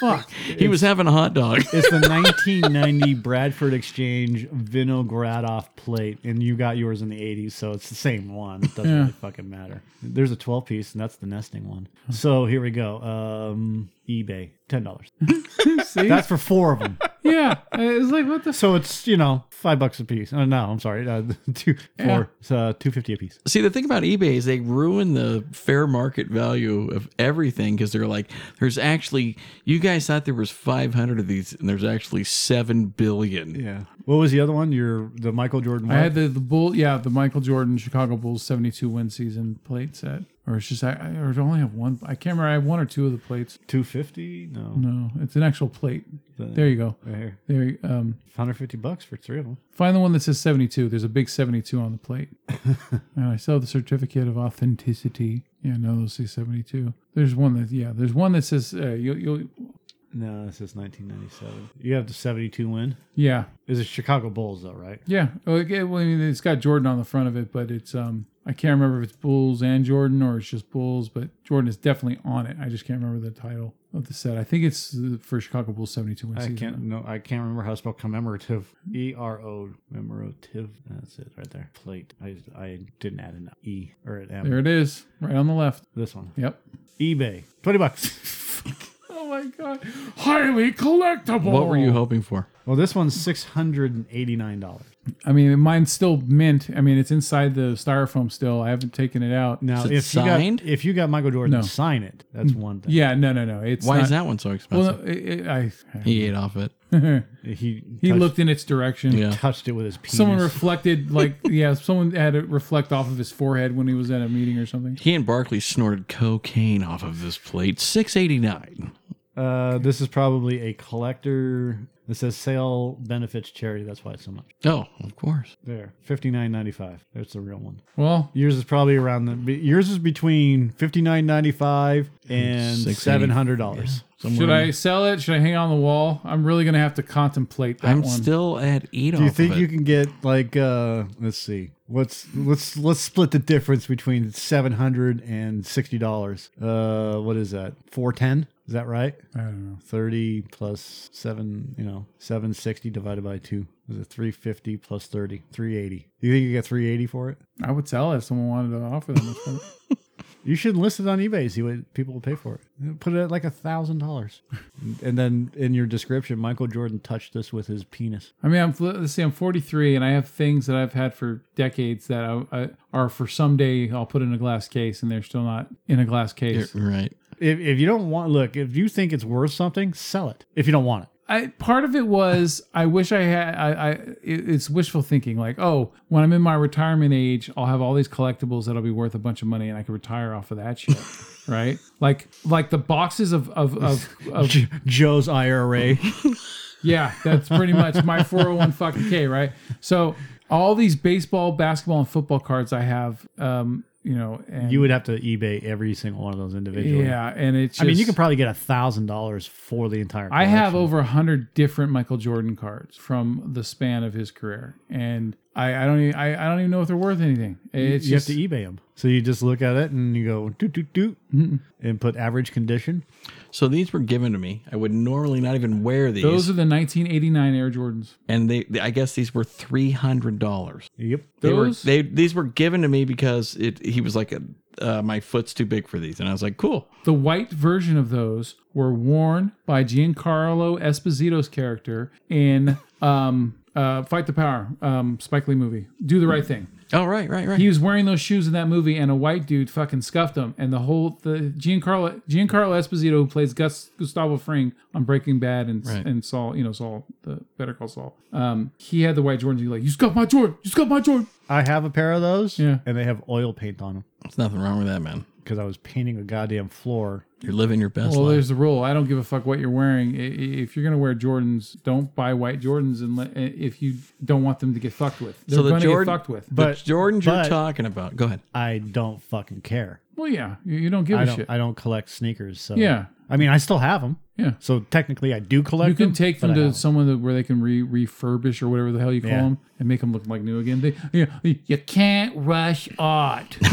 Fuck. he was having a hot dog. It's the 1990 Bradford Exchange Vinogradov plate, and you got yours in the 80s, so it's the same one. It doesn't Yeah. really fucking matter. There's a 12 piece, and that's the nesting one. So here we go. Um, eBay, $10. See? That's for four of them. yeah. It's like what the So it's, you know, five bucks a piece. Oh, no, I'm sorry. Uh, two, four, uh, 250 a piece. See, the thing about eBay is they ruin the fair market value of everything because they're like, there's actually, you guys thought there was 500 of these, and there's actually 7 billion. Yeah. What was the other one? Your the Michael Jordan. I one? had the, the bull, yeah, the Michael Jordan Chicago Bulls seventy two win season plate set, or it's just I, I or I only have one. I can't remember. I have one or two of the plates. 250 no, No, it's an actual plate. There you go. right here There, you- um, 150 bucks for three of them find the one that says seventy two. There's a big seventy two on the plate, and I still have the certificate of authenticity. Yeah, no, they'll say seventy two. There's one that yeah, there's one that says uh, you'll, you'll no this is 1997 you have the 72 win yeah is it chicago bulls though right yeah. Oh, okay, Well, I mean, it's got Jordan on the front of it, but it's um. I can't remember if it's Bulls and Jordan or it's just Bulls, but Jordan is definitely on it. I just can't remember the title of the set. I think it's uh, for Chicago Bulls 72 win i season. can't no i can't remember how to spell commemorative e-r-o commemorative that's it right there plate i i didn't add an e or an m There it is, right on the left. this one Yep. ebay 20 bucks Oh my my god, highly collectible. What were Oh. you hoping for? Well, this one's six hundred and eighty nine dollars. I mean, mine's still mint. I mean, it's inside the styrofoam still. I haven't taken it out. Now, Is it if signed? you got if you got Michael Jordan No. Mm. sign it, that's one thing. Yeah, no, no, no. It's Why not, is that one so expensive? Well, it, it, I he ate off it. He he touched, looked in its direction. Yeah. touched it with his penis. Someone reflected, like, yeah, someone had it reflect off of his forehead when he was at a meeting or something. He and Barkley snorted cocaine off of this plate. Six eighty nine. uh, this is probably a collector. It says sale benefits charity. That's why it's so much. Oh, of course. There, fifty nine ninety five. That's the real one. Well, Yours is probably around the. be- Yours is between fifty nine ninety five and $680. seven hundred dollars. Somewhere should in- I sell it? Should I hang it on the wall? I'm really gonna have to contemplate that I'm one. still at eat off. Do you think of it. you can get like uh let's see. What's let's let's split the difference between seven hundred and sixty dollars. Uh what is that? Four ten? Is that right? I don't know. Thirty plus seven, you know, seven sixty divided by two. Is it three fifty plus thirty? Three eighty. Do you think you get three eighty for it? I would sell it if someone wanted to offer them. it. You should list it on eBay, see what people will pay for it. Put it at like a thousand dollars. And then in your description, Michael Jordan touched this with his penis. I mean, I'm let's see, I'm 43, and I have things that I've had for decades that I, I are for someday I'll put in a glass case, and they're still not in a glass case. You're right. If, if you don't want look, if you think it's worth something, sell it. If you don't want it. I part of it was I wish I had. I, I it- it's wishful thinking. Like, oh, when I'm in my retirement age, I'll have all these collectibles that'll be worth a bunch of money, and I can retire off of that shit, right? Like, like the boxes of of of, of J- Joe's IRA. Yeah, that's pretty much my 401 fucking K, right? So all these baseball, basketball, and football cards I have, um, you know, and you would have to eBay every single one of those individually. yeah, and it's just, I mean, you could probably get a thousand dollars for the entire. I have collection. over a hundred different Michael Jordan cards from the span of his career, and I, I don't even I, I don't even know if they're worth anything. It's You have just to eBay them, so you just look at it and you go doot doot doot, and put average condition. So these were given to me. I would normally not even wear these. those are the 1989 Air Jordans. and they, I guess these were three hundred dollars. Yep. They were Those they these were given to me because it he was like uh, my foot's too big for these, and I was like, cool. The white version of those were worn by Giancarlo Esposito's character in um, uh, Fight the Power, um, Spike Lee movie. Do the right thing. Oh right, right, right. He was wearing those shoes in that movie, and a white dude fucking scuffed him. And the whole the Giancarlo Giancarlo Esposito, who plays Gus, Gustavo Fring on Breaking Bad and Right. and Saul, you know Saul, the Better Call Saul. Um, he had the white Jordans. He was like, you scuffed my Jordan, you scuffed my Jordan. I have a pair of those. Yeah. And they have oil paint on them There's nothing wrong with that, man. because I was painting a goddamn floor. You're living your best Well, life. there's the rule. I don't give a fuck what you're wearing. I- i- If you're gonna wear Jordans, don't buy white Jordans, and let- if you don't want them to get fucked with, they're So the gonna Jordan- get fucked with. But the Jordans you're but- talking about. Go ahead. I don't fucking care. Well, yeah, you, you don't give I a don't. shit. I don't collect sneakers. So yeah, I mean, I still have them. yeah. So technically, I do collect. You can them, Hmm. take but them I to haven't. someone that, where they can re- refurbish or whatever the hell you call Yeah. them and make them look like new again. They, you, you can't rush art.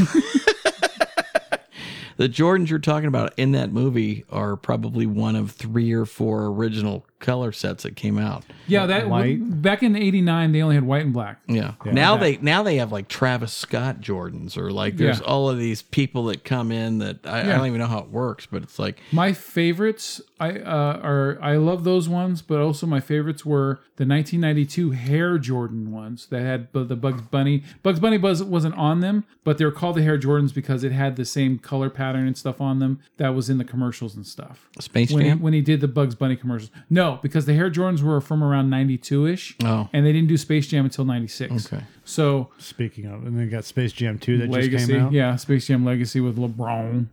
The Jordans you're talking about in that movie are probably one of three or four original color sets that came out. yeah, that White. back in '89 they only had white and black. Yeah. now they now they have like Travis Scott Jordans or like there's Yeah. all of these people that come in that I, I Yeah. don't even know how it works, but it's like My favorites, I uh, are I love those ones, but also my favorites were the 1992 Hair Jordan ones that had bu- the Bugs Bunny. Bugs Bunny buzz wasn't on them, but they were called the Hair Jordans because it had the same color pattern and stuff on them that was in the commercials and stuff. Space When he, Jam. when he did the Bugs Bunny commercials, no, because the Hair Jordans were from around 92 ish, Oh. and they didn't do Space Jam until 96. Okay. so Speaking of, and then you got Space Jam 2 that just Legacy, came out. yeah, Space Jam Legacy with LeBron,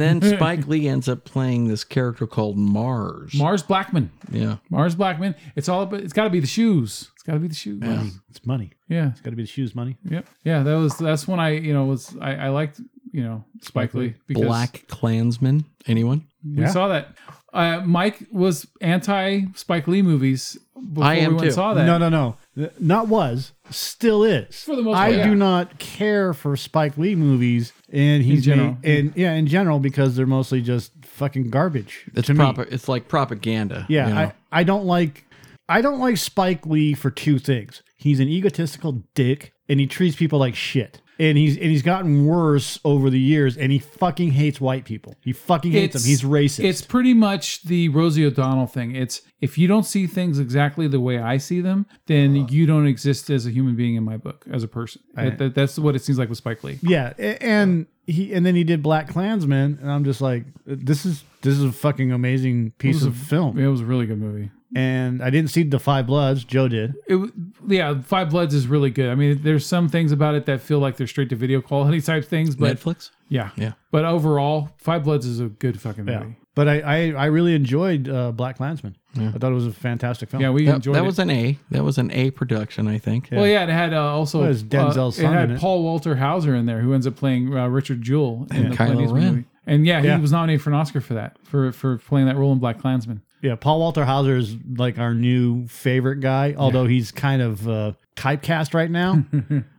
then Spike Lee ends up playing this character called Mars. Mars Blackman. yeah. Mars Blackman. It's all about. It's got to be the shoes. It's got to be the shoes. Yeah. It's money. yeah. It's got to be the shoes money. Yeah. That was. That's when I. You know. Was I. I liked. You know. Spike Lee. Because Black Klansman. Anyone? We Yeah. saw that. Uh, Mike was anti Spike Lee movies before I am we went and too. saw that. No, no, no. Th- Not was, still is. For the most I part, yeah. do not care for Spike Lee movies, and he's general. made- and yeah, in general because they're mostly just fucking garbage. It's to me. proper. It's like propaganda. Yeah, you know? I, I don't like I don't like Spike Lee for two things. He's an egotistical dick, and he treats people like shit. and he's and he's gotten worse over the years, and he fucking hates white people. He fucking hates them. He's racist. It's pretty much the Rosie O'Donnell thing. It's if you don't see things exactly the way I see them, Uh-huh. then you don't exist as a human being in my book, as a person. That- that's what it seems like with Spike Lee. yeah, a- and he and then he did Black Klansman, and I'm just like, this is this is a fucking amazing piece of film. It was a really good movie. And I didn't see the Five Bloods. Joe did. It, w- yeah, Five Bloods is really good. I mean, there's some things about it that feel like they're straight to video quality type things, but Netflix. yeah, Yeah. But overall, Five Bloods is a good fucking movie. Yeah. Yeah, But I, I, I really enjoyed uh, Black Klansman. I thought it was a fantastic film. we That, enjoyed that it. was an A. That was an A production, I think. Well, yeah, it had uh, also Well, it's Denzel's uh, son It had in it. Paul Walter Hauser in there, who ends up playing uh, Richard Jewell in the Kylo Clint Eastwood Ren. movie. And yeah, he Yeah. was nominated for an Oscar for that for for playing that role in Black Klansman. Yeah, Paul Walter Hauser is like our new favorite guy, although he's kind of uh, typecast right now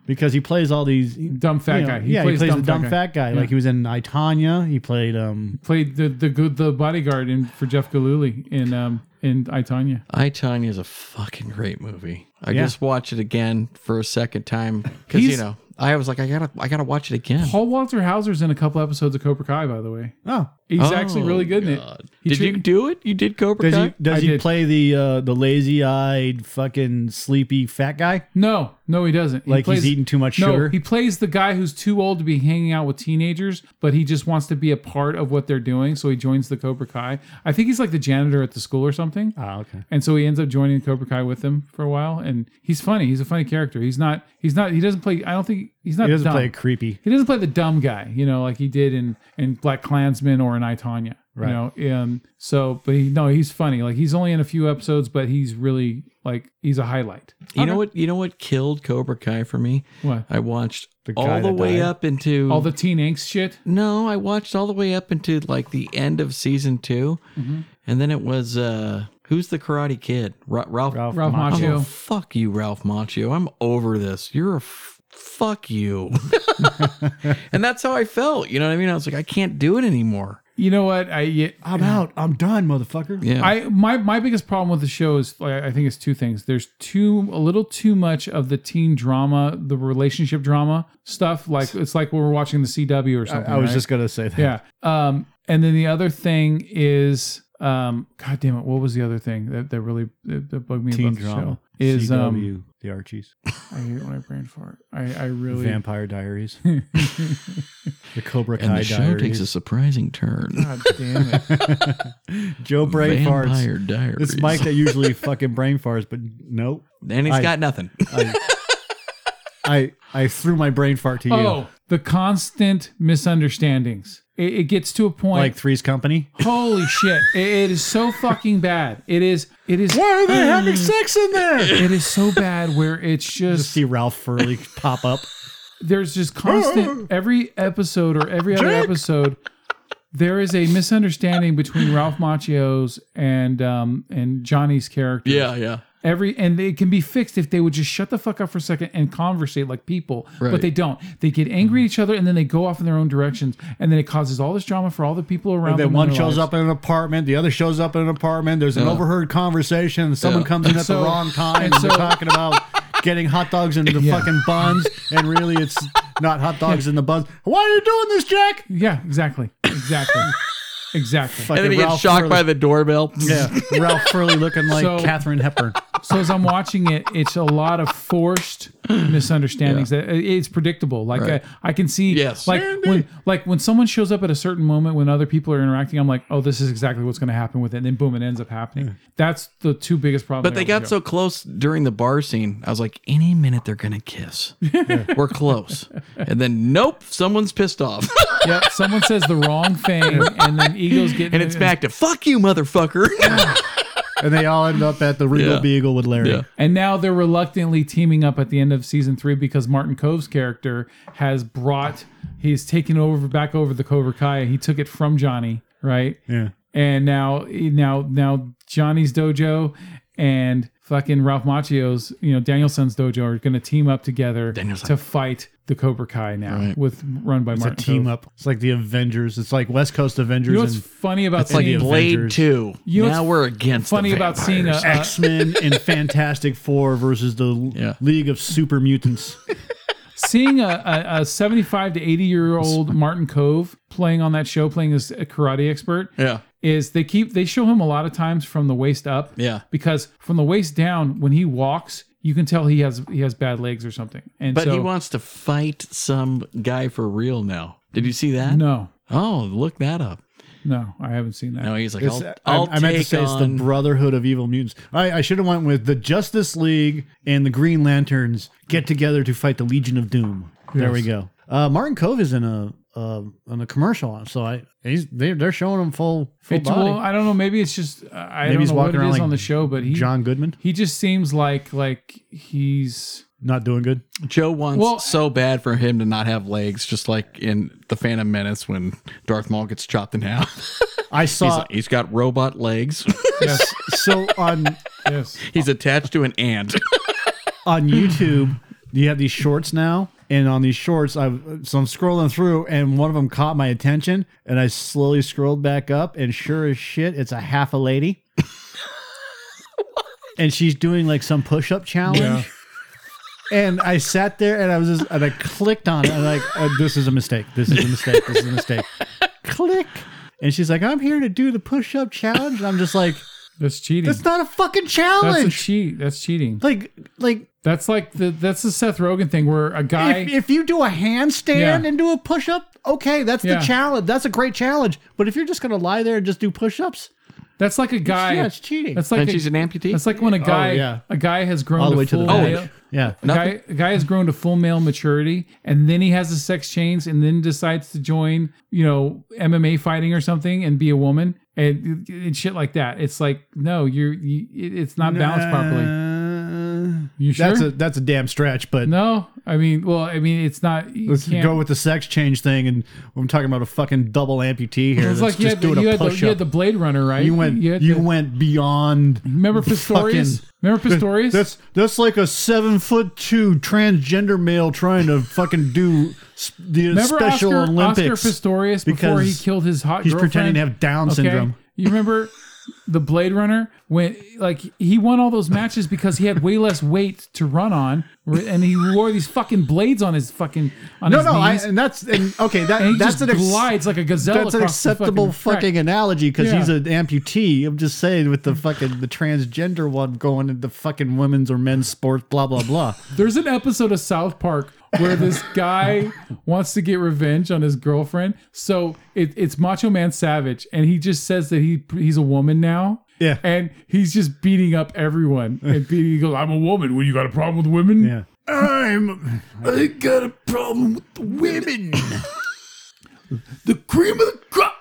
because he plays all these Dumb fat you know, guy. yeah, he plays the dumb guy. fat guy. Like he was in I Tanya. He played um Played the the good the bodyguard in for Jeff Galooly in um in I Tonya. I Tanya is a fucking great movie. I Yeah. just watched it again for a second time because you He's- know I was like I gotta I gotta watch it again. Paul Walter Hauser's in a couple episodes of Cobra Kai, by the way. oh He's actually really good in it. God. He did treat- you do it? You did Cobra does Kai? he does I he did. play the uh, the lazy eyed fucking sleepy fat guy? No, no, he doesn't. He Like he's eating too much no, sugar? he plays the guy who's too old to be hanging out with teenagers, but he just wants to be a part of what they're doing, so he joins the Cobra Kai. I think he's like the janitor at the school or something. Oh, okay. And so he ends up joining Cobra Kai with them for a while, and he's funny. He's a funny character. He's not. He's not. He doesn't play. I don't think he's not. He doesn't dumb. play creepy. He doesn't play the dumb guy, you know, like he did in in Black Klansman or in I Tonya, Right. you know. Um, so, but he no, he's funny. Like he's only in a few episodes, but he's really like he's a highlight. You know what? You know what killed Cobra Kai for me? What? I watched guy all the that way died? up into All the teen angst shit. no, I watched all the way up into like the end of season 2 Mm-hmm. and then it was uh who's the Karate Kid? Ra- Ralph. Ralph, Ralph Macchio. I'm Macchio. like, fuck you, Ralph Macchio. I'm over this. You're a f- fuck you. and that's how I felt. You know what I mean? I was like, I can't do it anymore. You know what? I yeah, I'm out. I'm done, motherfucker. Yeah. I my my biggest problem with the show is like, I think it's two things. There's too a little too much of the teen drama, the relationship drama stuff. Like it's like when we're watching the CW or something. I was right? just gonna say that. yeah. Um, and then the other thing is, um, God damn it, what was the other thing that, that really that, that bugged me Teen about the drama show? Is um, CW, the Archies, I hate when I brain fart. I I really Vampire Diaries, the Cobra and Kai the show takes a Diaries, surprising turn. God damn it. Joe Brain farts. Vampire Diaries. It's Mike that usually fucking brain farts, but nope. and he's I- got nothing. I I threw my brain fart to you. Oh, the constant misunderstandings. It, it gets to a point. Like Three's Company. Holy shit! It- it is so fucking bad. It is. It is. Why are they having sex in there? It is so bad where it's just See Ralph Furley pop up. there's just constant every episode or every other episode. There is a misunderstanding between Ralph Macchio's and um and Johnny's character. yeah, yeah. Every and it can be fixed if they would just shut the fuck up for a second and conversate like people. But Right. they don't. They get angry at each other and then they go off in their own directions and then it causes all this drama for all the people around. And them then in one their shows lives. up in an apartment, the other shows up in an apartment. There's an Yeah. overheard conversation. Someone Yeah. comes in at the so- wrong time. And and they're so- talking about getting hot dogs into the fucking buns, and really it's not hot dogs in the buns. Why are you doing this, Jack? Yeah, exactly, exactly, exactly. Fucking And then he gets Ralph shocked Furley. by the doorbell. yeah, Ralph Furley looking like So- Catherine Hepburn. so as I'm watching it, it's a lot of forced misunderstandings. That It's predictable. Like Right. I, I can see, Yes. like when like when someone shows up at a certain moment when other people are interacting, I'm like, oh, this is exactly what's going to happen with it, and then boom, it ends up happening. That's the two biggest problems. But they got so close during the bar scene. I was like, any minute they're gonna kiss. We're close. And then nope, someone's pissed off. yeah. Someone says the wrong thing, and then egos get and it's back to fuck you, motherfucker. And they all end up at the Regal Yeah. Beagle with Larry. Yeah. And now they're reluctantly teaming up at the end of season three because Martin Cove's character has brought, he's taken over back over the Cobra Kai. He took it from Johnny, right? Yeah. And now, now, now Johnny's dojo and fucking Ralph Macchio's, you know, Danielson's dojo are going to team up together Danielson. to fight the Cobra Kai now Right. with run by Martin. It's a team Cove. up. It's like the Avengers. It's like West Coast Avengers You know what's and funny about like seeing the- Blade Avengers. two. You know now what's we're against. the funny about seeing a, vampires. a X Men and Fantastic Four versus the Yeah. League of Super Mutants. seeing a, a, a 75 to 80 year old Martin Cove playing on that show, playing as a karate expert, Yeah. is they keep they show him a lot of times from the waist up. Yeah. Because from the waist down, when he walks, you can tell he has he has bad legs or something. And But so, he wants to fight some guy for real now. Did you see that? no, Oh, look that up. no, I haven't seen that. No, he's like, It's- I'll, I'll I, I meant to take say it's on- the Brotherhood of Evil Mutants. I, I should have went with the Justice League and the Green Lanterns get together to fight the Legion of Doom. There we go. Uh, Martin Cove is in a uh, in a commercial, so I he's they, they're showing him full full It- body. well, I don't know. Maybe it's just I Maybe don't he's know what walking it around is like on the show, but he John Goodman he just seems like like he's not doing good. Joe wants Well- so bad for him to not have legs, just like in the Phantom Menace when Darth Maul gets chopped in half. I he's, saw he's got robot legs. yes so on yes he's attached to an ant. on YouTube, you have these shorts now, and on these shorts, I so I'm scrolling through, and one of them caught my attention, and I slowly scrolled back up, and sure as shit, it's a half a lady, and she's doing like some push up challenge. yeah. And I sat there and I was just, and I clicked on it. And like, oh, this is a mistake. This is a mistake. This is a mistake. Click. And she's like, I'm here to do the push up challenge. And I'm just like, That's cheating. it's not a fucking That's a challenge. cheat. That's cheating. like, like, That's like the that's the Seth Rogen thing where a guy if, if you do a handstand Yeah. and do a push up, okay, that's Yeah. the challenge. That's a great challenge. But if you're just gonna lie there and just do push ups, that's like a guy yeah, it's cheating. that's like and a, she's an amputee. that's like when a guy Oh, yeah. a guy has grown all the to way to full the male, bench. Yeah. a guy a guy has grown to full male maturity and then he has a sex change and then decides to join you know MMA fighting or something and be a woman and, and shit like that. It's like no, you're you, it- it's not balanced properly. properly. You sure? That's a that's a damn stretch, but no, I mean, well, I mean, it's not. You let's can't, go with the sex change thing. And I'm talking about a fucking double amputee here. It's That's like you just had, the, doing you, a had the, push you had up. the Blade Runner, right? You went had you the- went beyond. Remember Pistorius? fucking- Remember Pistorius? That's that's like a seven foot two transgender male trying to fucking do sp- the remember Special Oscar, Olympics. Oscar Pistorius before he because killed his hot He's pretending girlfriend? to have Down Okay? syndrome. You remember the Blade Runner when like he won all those matches because he had way less weight to run on, and he wore these fucking blades on his fucking on No, his no, I, knees, and that's and okay. That and he that's just an ex- glides like a gazelle. that's an across the acceptable fucking, track. fucking, analogy 'cause analogy because Yeah. Mm. he's an amputee. I'm just saying with the fucking the transgender one going into fucking women's or men's sports, blah blah blah. There's an episode of South Park where this guy wants to get revenge on his girlfriend. So it, it's Macho Man Savage, and he just says that he he's a woman now. Yeah. And he's just beating up everyone. And beating, he goes, I'm a woman. Well, you got a problem with women? Yeah, I'm. I got a problem with the women. the cream of the crop.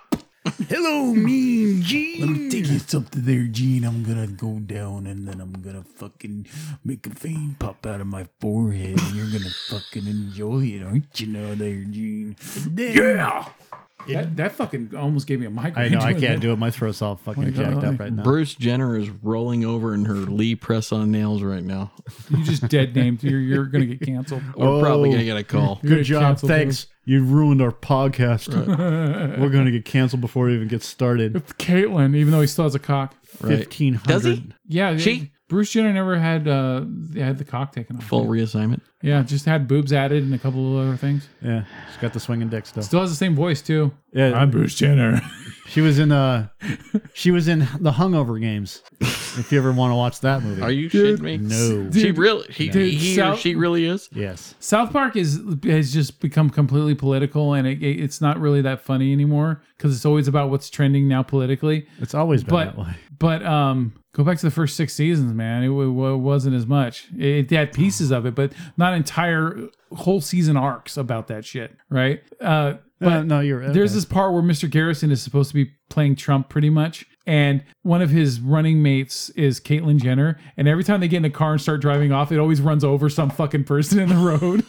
Hello, Mean Gene. Let me take you something there, Gene. I'm gonna go down and then I'm gonna fucking make a vein pop out of my forehead, and you're gonna fucking enjoy it, aren't you, now, there, Gene? Yeah. That, that fucking almost gave me a migraine. I know I doing can't that. do it. My throat's all fucking jacked up right now. Bruce Jenner is rolling over in her Lee press on nails right now. You just dead named. You're, you're going to get canceled. We're probably Oh. gonna get a call. You're gonna Good job, cancel, dude. thanks. You ruined our podcast. We're gonna get canceled before it even gets started. Caitlyn, even though he still has a cock. Right. Fifteen Does he? hundred. Yeah. She- Bruce Jenner never had uh, had the cock taken off. Full reassignment. Yeah, just had boobs added and a couple of other things. Yeah, she's got the swinging dick stuff. Still has the same voice too. Yeah, Bruce Jenner. She was in uh she was in the Hungover games. If you ever want to watch that movie. Are you shitting me? No. She really he, Dude, he or South- she really is? Yes. South Park is has just become completely political, and it, it- it's not really that funny anymore because it's always about what's trending now politically. It's always been But- that way. But um, go back to the first six seasons, man. It, wa- wa- wasn't as much. It, it had pieces of it, but not entire whole season arcs about that shit, right? Uh, but Uh, no, you're There's this part where Mr. Garrison is supposed to be playing Trump pretty much. And one of his running mates is Caitlyn Jenner. And every time they get in a car and start driving off, it always runs over some fucking person in the road.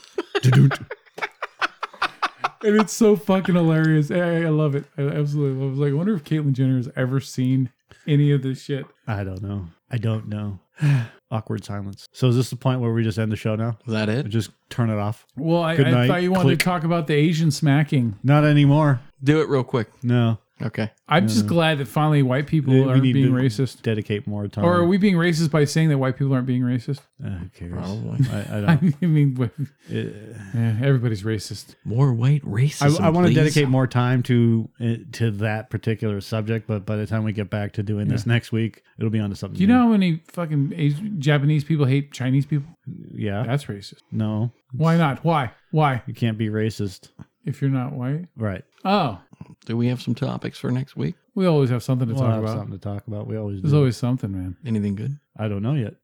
and it's so fucking hilarious. I, I love it. I absolutely love it. I was like, I wonder if Caitlyn Jenner has ever seen any of this shit. I don't know. I don't know. Awkward silence. So is this the point where we just end the show now? Is that it? Just turn it off? Well, I, Good I night. thought you wanted Click. to talk about the Asian smacking. Not anymore. Do it real quick. No. Okay. I'm just glad that finally white people We aren't need being to- racist. Dedicate more time. Or are we being racist by saying that white people aren't being racist? Uh, who cares? Probably. I, I don't. I mean, what- it- yeah, everybody's racist. More white I, racism. I want to please. dedicate more time to uh, to that particular subject, but by the time we get back to doing this next week, it'll be on to something. Do you know how many fucking Asi- Japanese people hate Chinese people? new. Yeah. That's racist. no, Why not? Why? Why? you can't be racist. If you're not white? Right. Oh, Do we have some topics for next week? we always have something to We'll talk have about. something to talk about. We always There's do. always something, man. Anything good? I don't know yet.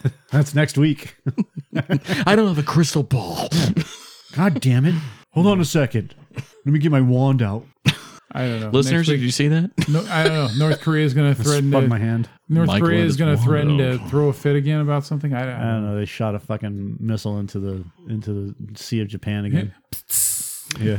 That's next week. I don't have a crystal ball. God damn it! Hold on a second. Let me get my wand out. I don't know. Next Listeners, did week- you see that? no, I don't know. North Korea is going to threaten Spun to, my hand. North Michael Korea and is his going to wand threaten to out. throw a fit again about something. I don't, I don't know. They shot a fucking missile into the into the Sea of Japan again. yeah,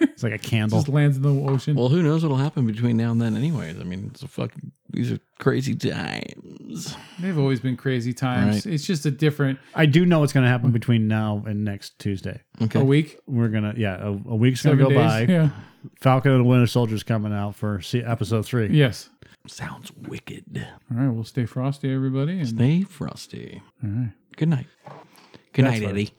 it's like a candle. Just lands in the ocean. Well, who knows what'll happen between now and then, anyways. I mean, it's a fucking. These are crazy times. They've always been crazy times. Right. It's just a different I do know what's going to happen between now and next Tuesday. Okay. a week. We're gonna yeah, a, a week's gonna Seven go days. by. Yeah. Falcon and the Winter Soldier's coming out for se- episode three. Yes. Sounds wicked. All right. We'll stay frosty, everybody. And Stay frosty. all right. Good night. Good That's night, fine. Eddie.